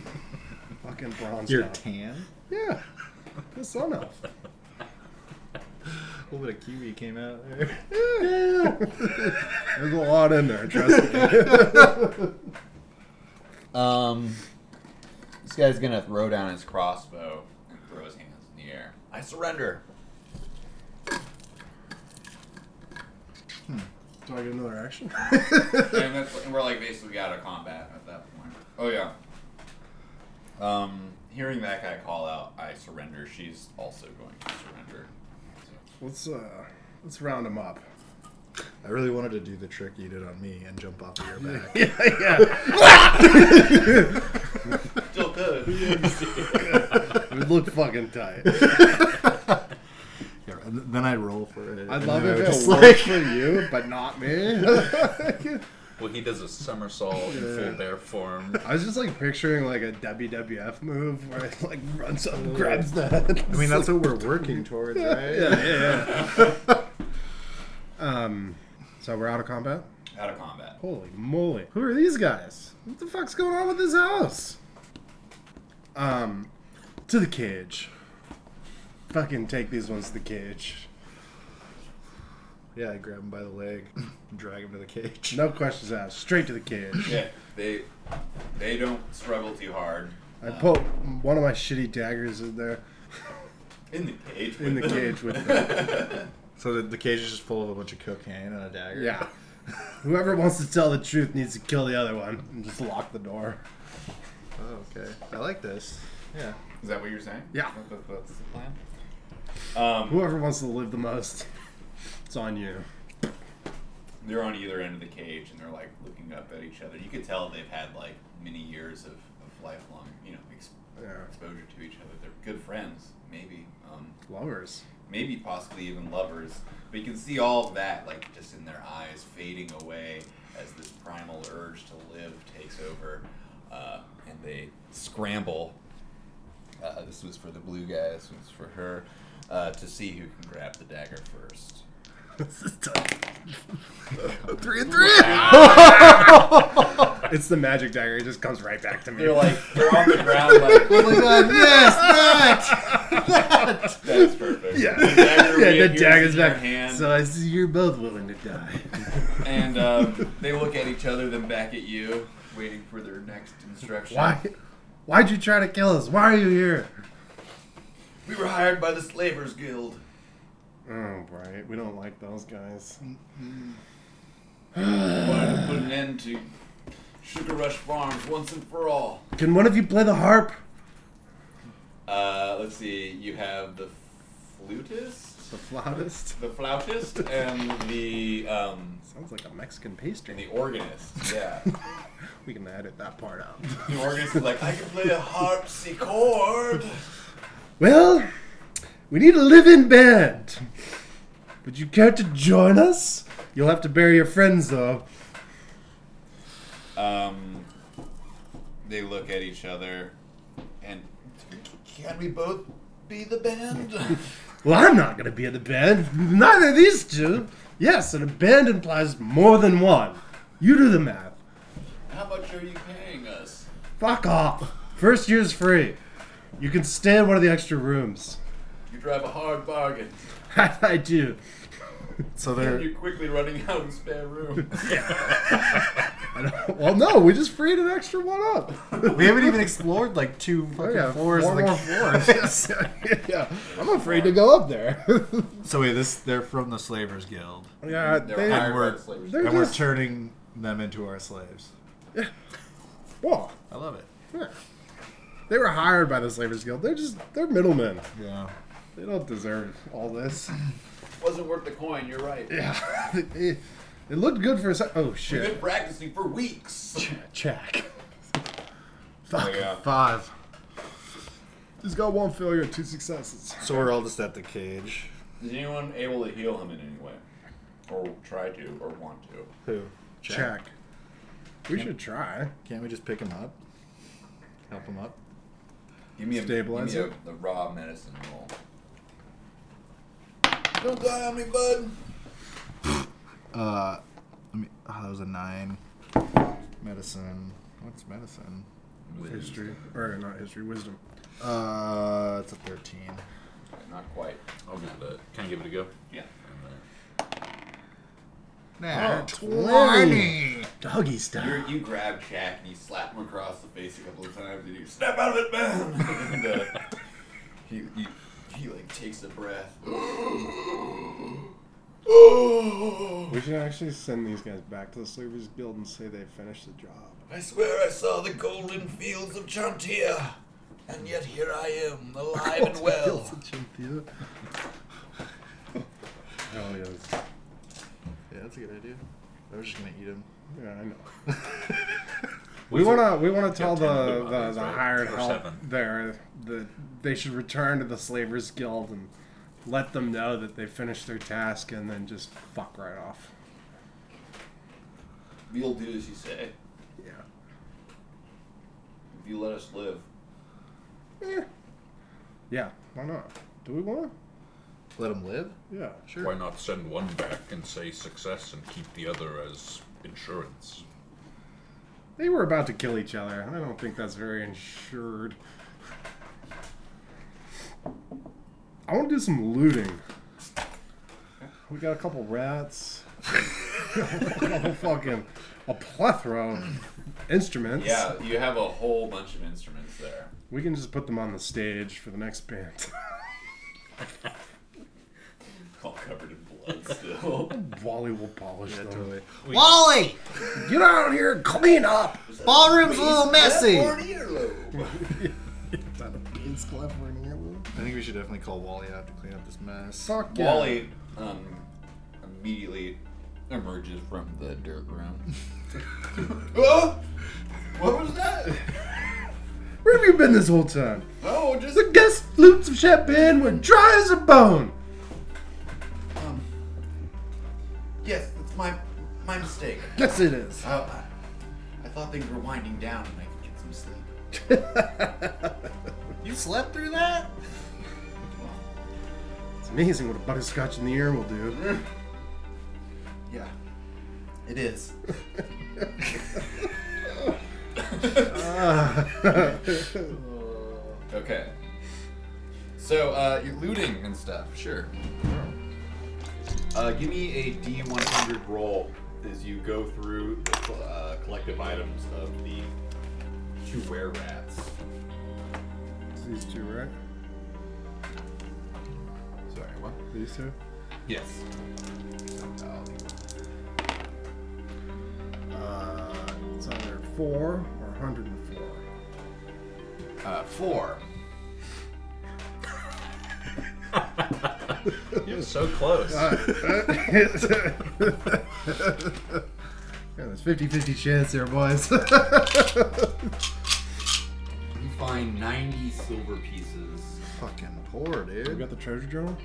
[SPEAKER 6] Fucking bronze.
[SPEAKER 5] Your
[SPEAKER 6] out.
[SPEAKER 5] tan?
[SPEAKER 6] yeah. The sun up.
[SPEAKER 5] Oh, A little bit of kiwi came out there.
[SPEAKER 6] Yeah. There's a lot in there, trust me.
[SPEAKER 7] Um, this guy's gonna throw down his crossbow and throw his hands in the air. I surrender.
[SPEAKER 6] Do I get another action?
[SPEAKER 7] and, that's, and we're like basically out of combat at that point. Oh yeah. Um, hearing that guy call out, "I surrender," she's also going to surrender. So,
[SPEAKER 6] let's uh let's round him up.
[SPEAKER 5] I really wanted to do the trick you did on me and jump off of your back.
[SPEAKER 7] still good.
[SPEAKER 6] It would look fucking tight.
[SPEAKER 5] Your And th- then I roll for it.
[SPEAKER 6] I'd
[SPEAKER 5] and
[SPEAKER 6] love
[SPEAKER 5] then
[SPEAKER 6] if
[SPEAKER 5] would
[SPEAKER 6] it
[SPEAKER 5] just,
[SPEAKER 6] worked
[SPEAKER 5] like-
[SPEAKER 6] for you, but not me.
[SPEAKER 4] Well, he does a somersault in full bear form.
[SPEAKER 6] I was just like picturing like a WWF move where it like runs up, grabs the head.
[SPEAKER 5] I mean, that's what we're working towards, right?
[SPEAKER 6] yeah, yeah, yeah. um, so we're out of combat.
[SPEAKER 7] Out of combat.
[SPEAKER 6] Holy moly! Who are these guys? What the fuck's going on with this house? Um, to the cage. Fucking take these ones to the cage.
[SPEAKER 5] Yeah, I grab him by the leg, drag him to the cage.
[SPEAKER 6] No questions asked. Straight to the cage.
[SPEAKER 7] Yeah, they they don't struggle too hard
[SPEAKER 6] I put one of my shitty daggers in there,
[SPEAKER 7] in the cage.
[SPEAKER 6] in the
[SPEAKER 7] with them.
[SPEAKER 6] cage with them.
[SPEAKER 5] So the, the cage is just full of a bunch of cocaine and a dagger.
[SPEAKER 6] Yeah. Whoever wants to tell the truth needs to kill the other one and just lock the door.
[SPEAKER 5] Oh, okay. I like this. Yeah.
[SPEAKER 7] Is that what you're saying?
[SPEAKER 6] Yeah.
[SPEAKER 7] That- that- that's the plan. Um,
[SPEAKER 6] Whoever wants to live the most, it's on you.
[SPEAKER 7] they're on either end of the cage and they're like looking up at each other. You could tell they've had like many years of, of lifelong, you know, ex-
[SPEAKER 6] Yeah.
[SPEAKER 7] exposure to each other. They're good friends, maybe, um,
[SPEAKER 6] Lovers.
[SPEAKER 7] maybe possibly even lovers. But you can see all of that like just in their eyes fading away as this primal urge to live takes over, uh, and they scramble. Uh, this was for the blue guy. This was for her. Uh, to see who can grab the dagger first.
[SPEAKER 6] Three and three! it's the magic dagger. It just comes right back to me.
[SPEAKER 7] They're like they're on the ground like
[SPEAKER 5] Oh my god, yes, that!
[SPEAKER 7] That's perfect.
[SPEAKER 6] Yeah.
[SPEAKER 7] The dagger
[SPEAKER 6] yeah, the
[SPEAKER 7] reappears
[SPEAKER 6] dagger's
[SPEAKER 7] in your
[SPEAKER 6] back.
[SPEAKER 7] Hand,
[SPEAKER 6] So I see you're both willing to die.
[SPEAKER 7] And um, they look at each other, then back at you, waiting for their next instruction.
[SPEAKER 6] Why? Why'd you try to kill us? Why are you here?
[SPEAKER 7] We were hired by the Slavers Guild.
[SPEAKER 6] Oh, right. We don't like those guys.
[SPEAKER 7] We wanted to put an end to Sugar Rush Farms once and for all.
[SPEAKER 6] Can one of you play the harp?
[SPEAKER 7] Uh, let's see. You have the flutist,
[SPEAKER 6] The flautist?
[SPEAKER 7] the flautist, and the um,
[SPEAKER 6] Sounds like a Mexican
[SPEAKER 7] and
[SPEAKER 6] pastry.
[SPEAKER 7] the organist. Yeah.
[SPEAKER 6] We can edit that part out.
[SPEAKER 7] The organist is like, I can play a harpsichord.
[SPEAKER 6] Well, we need a live-in band. Would you care to join us? You'll have to bury your friends, though.
[SPEAKER 7] Um, they look at each other, and can we both be the band?
[SPEAKER 6] Well, I'm not going to be in the band. Neither of these two. Yes, and a band implies more than one. You do the math.
[SPEAKER 7] How much are you paying us?
[SPEAKER 6] Fuck off. First year's free. You can stay in one of the extra rooms.
[SPEAKER 7] You drive a hard bargain.
[SPEAKER 6] I do.
[SPEAKER 5] So
[SPEAKER 7] And
[SPEAKER 5] they're.
[SPEAKER 7] you're quickly running out of spare room.
[SPEAKER 6] Well, no, we just freed an extra one up.
[SPEAKER 5] We haven't even explored like two fucking
[SPEAKER 6] yeah,
[SPEAKER 5] floors
[SPEAKER 6] four
[SPEAKER 5] of the
[SPEAKER 6] more
[SPEAKER 5] floors.
[SPEAKER 6] yeah, I'm afraid to go up there.
[SPEAKER 5] so wait, this they're from the Slavers Guild.
[SPEAKER 6] yeah,
[SPEAKER 7] They're
[SPEAKER 6] they,
[SPEAKER 7] hired by
[SPEAKER 5] we're-
[SPEAKER 7] the slavers.
[SPEAKER 6] they're
[SPEAKER 5] and we're
[SPEAKER 6] just-
[SPEAKER 5] turning them into our slaves.
[SPEAKER 6] Well,
[SPEAKER 5] I love it.
[SPEAKER 6] yeah. They were hired by the Slavers Guild. They're just, they're middlemen.
[SPEAKER 5] Yeah.
[SPEAKER 6] They don't deserve all this.
[SPEAKER 7] Wasn't worth the coin, you're right.
[SPEAKER 6] Yeah, it, it looked good for a sec. Oh
[SPEAKER 7] We've
[SPEAKER 6] shit!
[SPEAKER 7] been practicing for weeks.
[SPEAKER 6] Check.
[SPEAKER 5] Fuck.
[SPEAKER 7] yeah.
[SPEAKER 5] Five.
[SPEAKER 6] He's got one failure, two successes.
[SPEAKER 5] So we're all just at the cage.
[SPEAKER 7] Is anyone able to heal him in any way? Or try to, or want to?
[SPEAKER 5] Who?
[SPEAKER 6] Check. We should try.
[SPEAKER 5] Can't we just pick him up? Help him up?
[SPEAKER 7] Give me a,
[SPEAKER 6] Stabilize
[SPEAKER 7] give me
[SPEAKER 6] it.
[SPEAKER 7] a the raw medicine roll. Don't die on me, bud.
[SPEAKER 5] Uh, I mean, oh, that was a nine. Medicine. What's medicine?
[SPEAKER 4] With,
[SPEAKER 6] History, or not history, wisdom.
[SPEAKER 5] Uh, it's a thirteen.
[SPEAKER 7] Not quite.
[SPEAKER 4] I'll give it a, can I give it a go?
[SPEAKER 7] Yeah.
[SPEAKER 4] And, uh,
[SPEAKER 5] Nah,
[SPEAKER 6] Doggy style.
[SPEAKER 7] You're, you grab Jack and you slap him across the face a couple of times and you snap out of it, man! and uh, he, he, he like takes a breath. Oh,
[SPEAKER 6] We should actually send these guys back to the Slavers Guild and say they finished the job.
[SPEAKER 7] I swear I saw the golden fields of Chantia, and yet here I am, alive and well.
[SPEAKER 6] Hell yes.
[SPEAKER 5] Yeah, that's a good idea. I was just gonna eat him.
[SPEAKER 6] Yeah, I know. We wanna we wanna tell
[SPEAKER 4] ten of
[SPEAKER 6] the
[SPEAKER 4] the
[SPEAKER 6] the,
[SPEAKER 4] bodies,
[SPEAKER 6] the
[SPEAKER 4] right?
[SPEAKER 6] hired
[SPEAKER 4] Or
[SPEAKER 6] help
[SPEAKER 4] seven.
[SPEAKER 6] there that they should return to the Slavers Guild and let them know that they finished their task and then just fuck right off.
[SPEAKER 7] We'll do as you say.
[SPEAKER 6] Yeah.
[SPEAKER 7] If you let us live.
[SPEAKER 6] Eh. Yeah, why not? Do we want?
[SPEAKER 5] Let him live?
[SPEAKER 6] Yeah.
[SPEAKER 4] Why not send one back and say success and keep the other as insurance?
[SPEAKER 6] They were about to kill each other. I don't think that's very insured. I want to do some looting. We got a couple rats. a couple fucking a plethora of instruments.
[SPEAKER 7] Yeah, you have a whole bunch of instruments there.
[SPEAKER 6] We can just put them on the stage for the next band.
[SPEAKER 7] All covered in blood still.
[SPEAKER 6] Wally will polish them.
[SPEAKER 5] Wally!
[SPEAKER 6] Get out here and clean up!
[SPEAKER 5] Ballroom's a little messy!
[SPEAKER 3] I think we should definitely call Wally out to clean up this mess.
[SPEAKER 6] Fuck yeah.
[SPEAKER 7] Wally um, immediately emerges from the dirt room. oh, what was that?
[SPEAKER 6] Where have you been this whole time?
[SPEAKER 7] Oh, just
[SPEAKER 6] The guest loops of champagne were dry as a bone!
[SPEAKER 7] um. Yes, it's my my mistake.
[SPEAKER 6] Yes, it is.
[SPEAKER 7] I, I, Oh, I thought things were winding down and I could get some sleep.
[SPEAKER 5] You slept through that?
[SPEAKER 6] It's amazing what a butterscotch in the ear will do.
[SPEAKER 7] Yeah, it is.
[SPEAKER 6] Uh,
[SPEAKER 7] okay. So uh, you're looting and stuff, sure. Uh, give me a D100 roll as you go through the uh, collective items of the two were rats.
[SPEAKER 6] It's These two, right?
[SPEAKER 7] Sorry, what?
[SPEAKER 6] These two?
[SPEAKER 7] Yes.
[SPEAKER 6] Uh, it's either four or 104.
[SPEAKER 7] Uh, four.
[SPEAKER 4] You're so close.
[SPEAKER 6] Yeah, there's 50 50 chance there, boys.
[SPEAKER 7] You find 90 silver pieces.
[SPEAKER 3] Fucking poor,
[SPEAKER 6] we
[SPEAKER 3] dude.
[SPEAKER 6] got the treasure journal.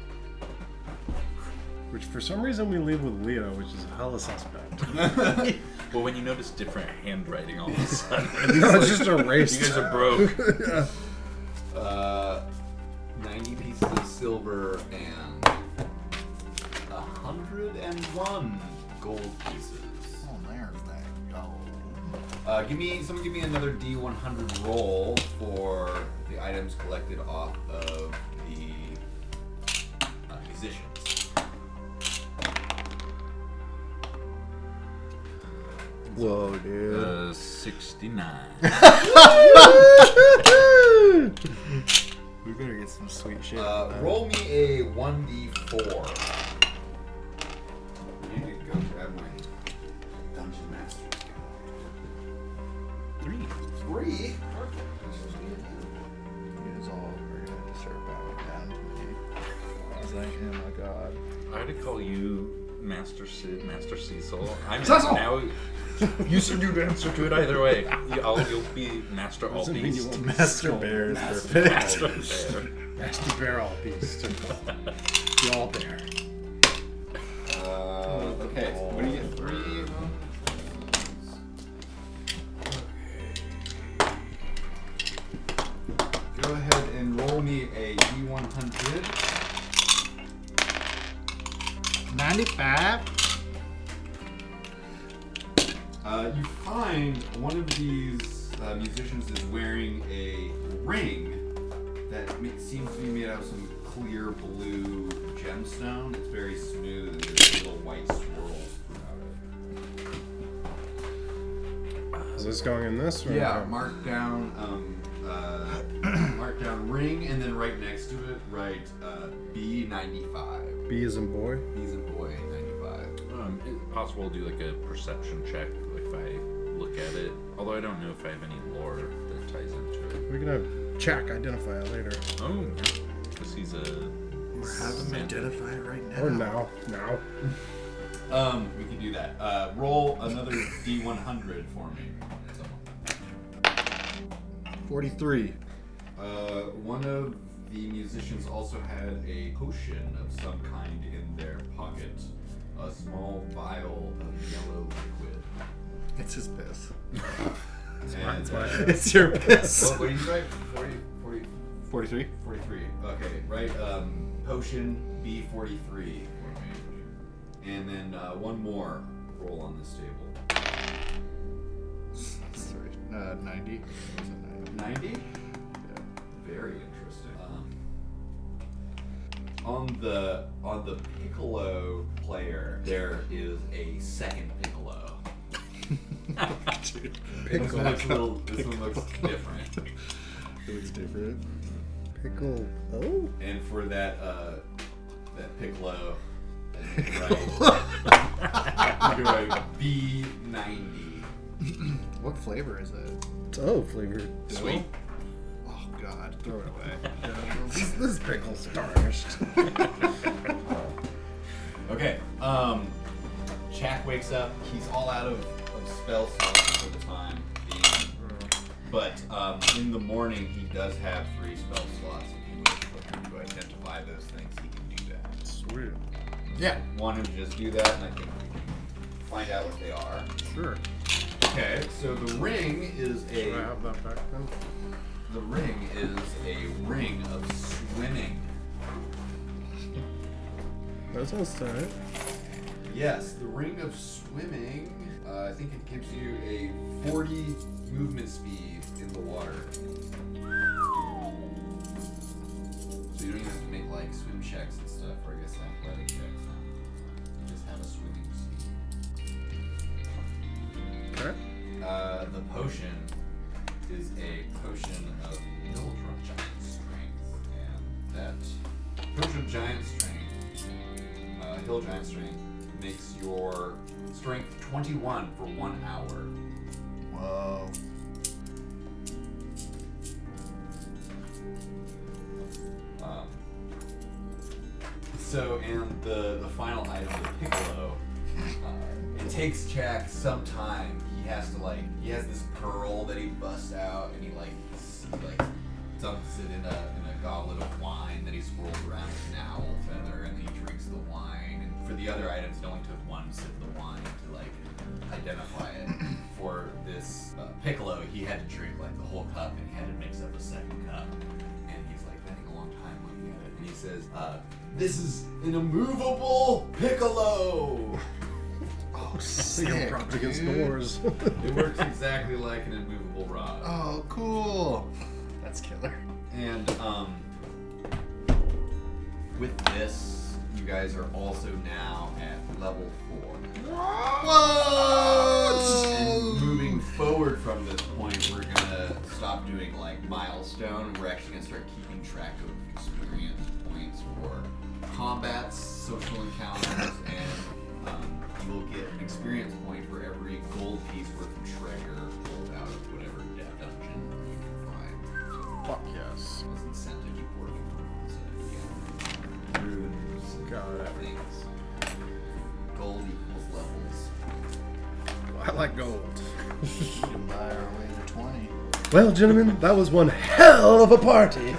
[SPEAKER 6] Which for some reason we leave with Leo, which is hella suspect.
[SPEAKER 4] Well, when you notice different handwriting all of a sudden,
[SPEAKER 6] no, it's just
[SPEAKER 4] you
[SPEAKER 6] erased.
[SPEAKER 4] guys are broke.
[SPEAKER 7] Uh, 90 pieces of silver and 101 gold pieces.
[SPEAKER 3] Oh, there's that gold.
[SPEAKER 7] Uh, give me, someone give me another D100 roll for the items collected off of the uh, musicians.
[SPEAKER 3] Whoa, dude.
[SPEAKER 4] Uh, 69.
[SPEAKER 3] We better get some sweet shit.
[SPEAKER 7] Uh, roll me a 1D4. I need to go grab my Dungeon Master's Guide.
[SPEAKER 4] Three.
[SPEAKER 7] Three? Perfect.
[SPEAKER 3] It's all we're gonna have to start bowing down to me. I was like, oh my god.
[SPEAKER 4] I had to call you Master Sid, Master Cecil. I'm
[SPEAKER 6] Cecil!
[SPEAKER 4] now. You said you'd answer to it either way. You, will you'll be Master All
[SPEAKER 6] Doesn't mean you
[SPEAKER 4] Beast.
[SPEAKER 6] won't be
[SPEAKER 3] Master
[SPEAKER 6] skull.
[SPEAKER 3] Bear is perfect.
[SPEAKER 4] Master Bear.
[SPEAKER 6] Master Bear all beast. The all bear.
[SPEAKER 7] Uh, okay, so what do you get? Three. Go ahead and roll me a D100.
[SPEAKER 5] 95?
[SPEAKER 7] Uh, you find one of these uh, musicians is wearing a ring that ma- seems to be made out of some clear blue gemstone. It's very smooth and there's little white swirls throughout
[SPEAKER 6] Is this going in this
[SPEAKER 7] it.
[SPEAKER 6] one?
[SPEAKER 7] Yeah, mark down, um, uh, mark down ring, and then right next to it, write uh, B95.
[SPEAKER 6] B is in boy.
[SPEAKER 7] He's a boy, 95.
[SPEAKER 4] Um, is it possible to do like a perception check if I look at it? Although I don't know if I have any lore that ties into it.
[SPEAKER 6] We're gonna check identify it later.
[SPEAKER 4] Oh, because he's a. We're having
[SPEAKER 5] Identify right now.
[SPEAKER 6] Or now. Now.
[SPEAKER 7] Um, we can do that. Uh, roll another D100 for me.
[SPEAKER 5] 43.
[SPEAKER 7] Uh, one of the musicians also had a potion of some kind in their pocket, a small vial of yellow liquid.
[SPEAKER 5] It's his piss.
[SPEAKER 7] And, uh,
[SPEAKER 5] It's your piss.
[SPEAKER 7] what, what do you write? 40, 40,
[SPEAKER 5] 43.
[SPEAKER 7] 43. Okay, write um, potion B43 for me. And then uh, one more roll on this table.
[SPEAKER 5] Sorry. Uh, 90. Was it 90?
[SPEAKER 7] 90? Yeah. Very interesting. Um, on the on the piccolo player, there is a second piccolo. This one looks a little- this one looks different.
[SPEAKER 5] It looks different.
[SPEAKER 6] Pickle. Oh?
[SPEAKER 7] And for that uh, that piccolo, right? you're right. B ninety.
[SPEAKER 5] What flavor is it?
[SPEAKER 6] It's O flavored.
[SPEAKER 7] Sweet.
[SPEAKER 5] Oh, God. Throw it away.
[SPEAKER 6] This, this is pickle starched.
[SPEAKER 7] Okay. Um, Chak wakes up. He's all out of, of spell slots for the time being. But um, in the morning, he does have three spell slots. If he was looking to identify those things, he can do that.
[SPEAKER 5] Sweet.
[SPEAKER 7] Yeah. Want him to just do that, and I think we can find out what they are.
[SPEAKER 5] Sure.
[SPEAKER 7] Okay. So the ring is a.
[SPEAKER 6] Can I have that back then?
[SPEAKER 7] The ring is a ring of swimming.
[SPEAKER 6] That sounds alright.
[SPEAKER 7] Yes, the ring of swimming. Uh, I think it gives you a 40 movement speed in the water. So you don't even have to make like swim checks and stuff, or I guess athletic checks. Now. You just have a swimming speed.
[SPEAKER 6] Okay.
[SPEAKER 7] Uh, the potion is a potion of Mildrum Giant Strength, and that potion of Giant Strength, uh, Hill Giant Strength, makes your strength 21 for one hour.
[SPEAKER 5] Whoa.
[SPEAKER 7] Um, so, and the, the final item, the piccolo, uh, it takes Jack some time. He has to like, he has this pearl that he busts out, and he like, s- he, like dumps it in a in a goblet of wine that he swirls around with an owl feather, and then he drinks the wine. And for the other items, it only took one sip of the wine to like identify it. for this uh, piccolo, he had to drink like the whole cup, and he had to mix up a second cup. And he's like spending a long time looking at it, and he says, uh, "This is an immovable piccolo."
[SPEAKER 5] Oh,
[SPEAKER 6] Seal
[SPEAKER 5] sick,
[SPEAKER 6] propped against
[SPEAKER 5] dude.
[SPEAKER 6] doors.
[SPEAKER 7] It works exactly like an immovable rod.
[SPEAKER 5] Oh, cool. That's killer.
[SPEAKER 7] And um, with this, you guys are also now at level four. And
[SPEAKER 5] Whoa!
[SPEAKER 7] moving forward from this point, we're gonna stop doing like milestone. We're actually gonna start keeping track of experience points for combats, social encounters, and um, you will get an experience point for every gold piece worth of treasure pulled out of whatever death dungeon you can find.
[SPEAKER 5] Fuck yes.
[SPEAKER 7] was incentive to keep working on so yeah. Runes,
[SPEAKER 6] Got it.
[SPEAKER 7] things. Gold equals levels.
[SPEAKER 6] I like gold.
[SPEAKER 5] You can buy our way to 20.
[SPEAKER 6] Well, gentlemen, that was one hell of a party.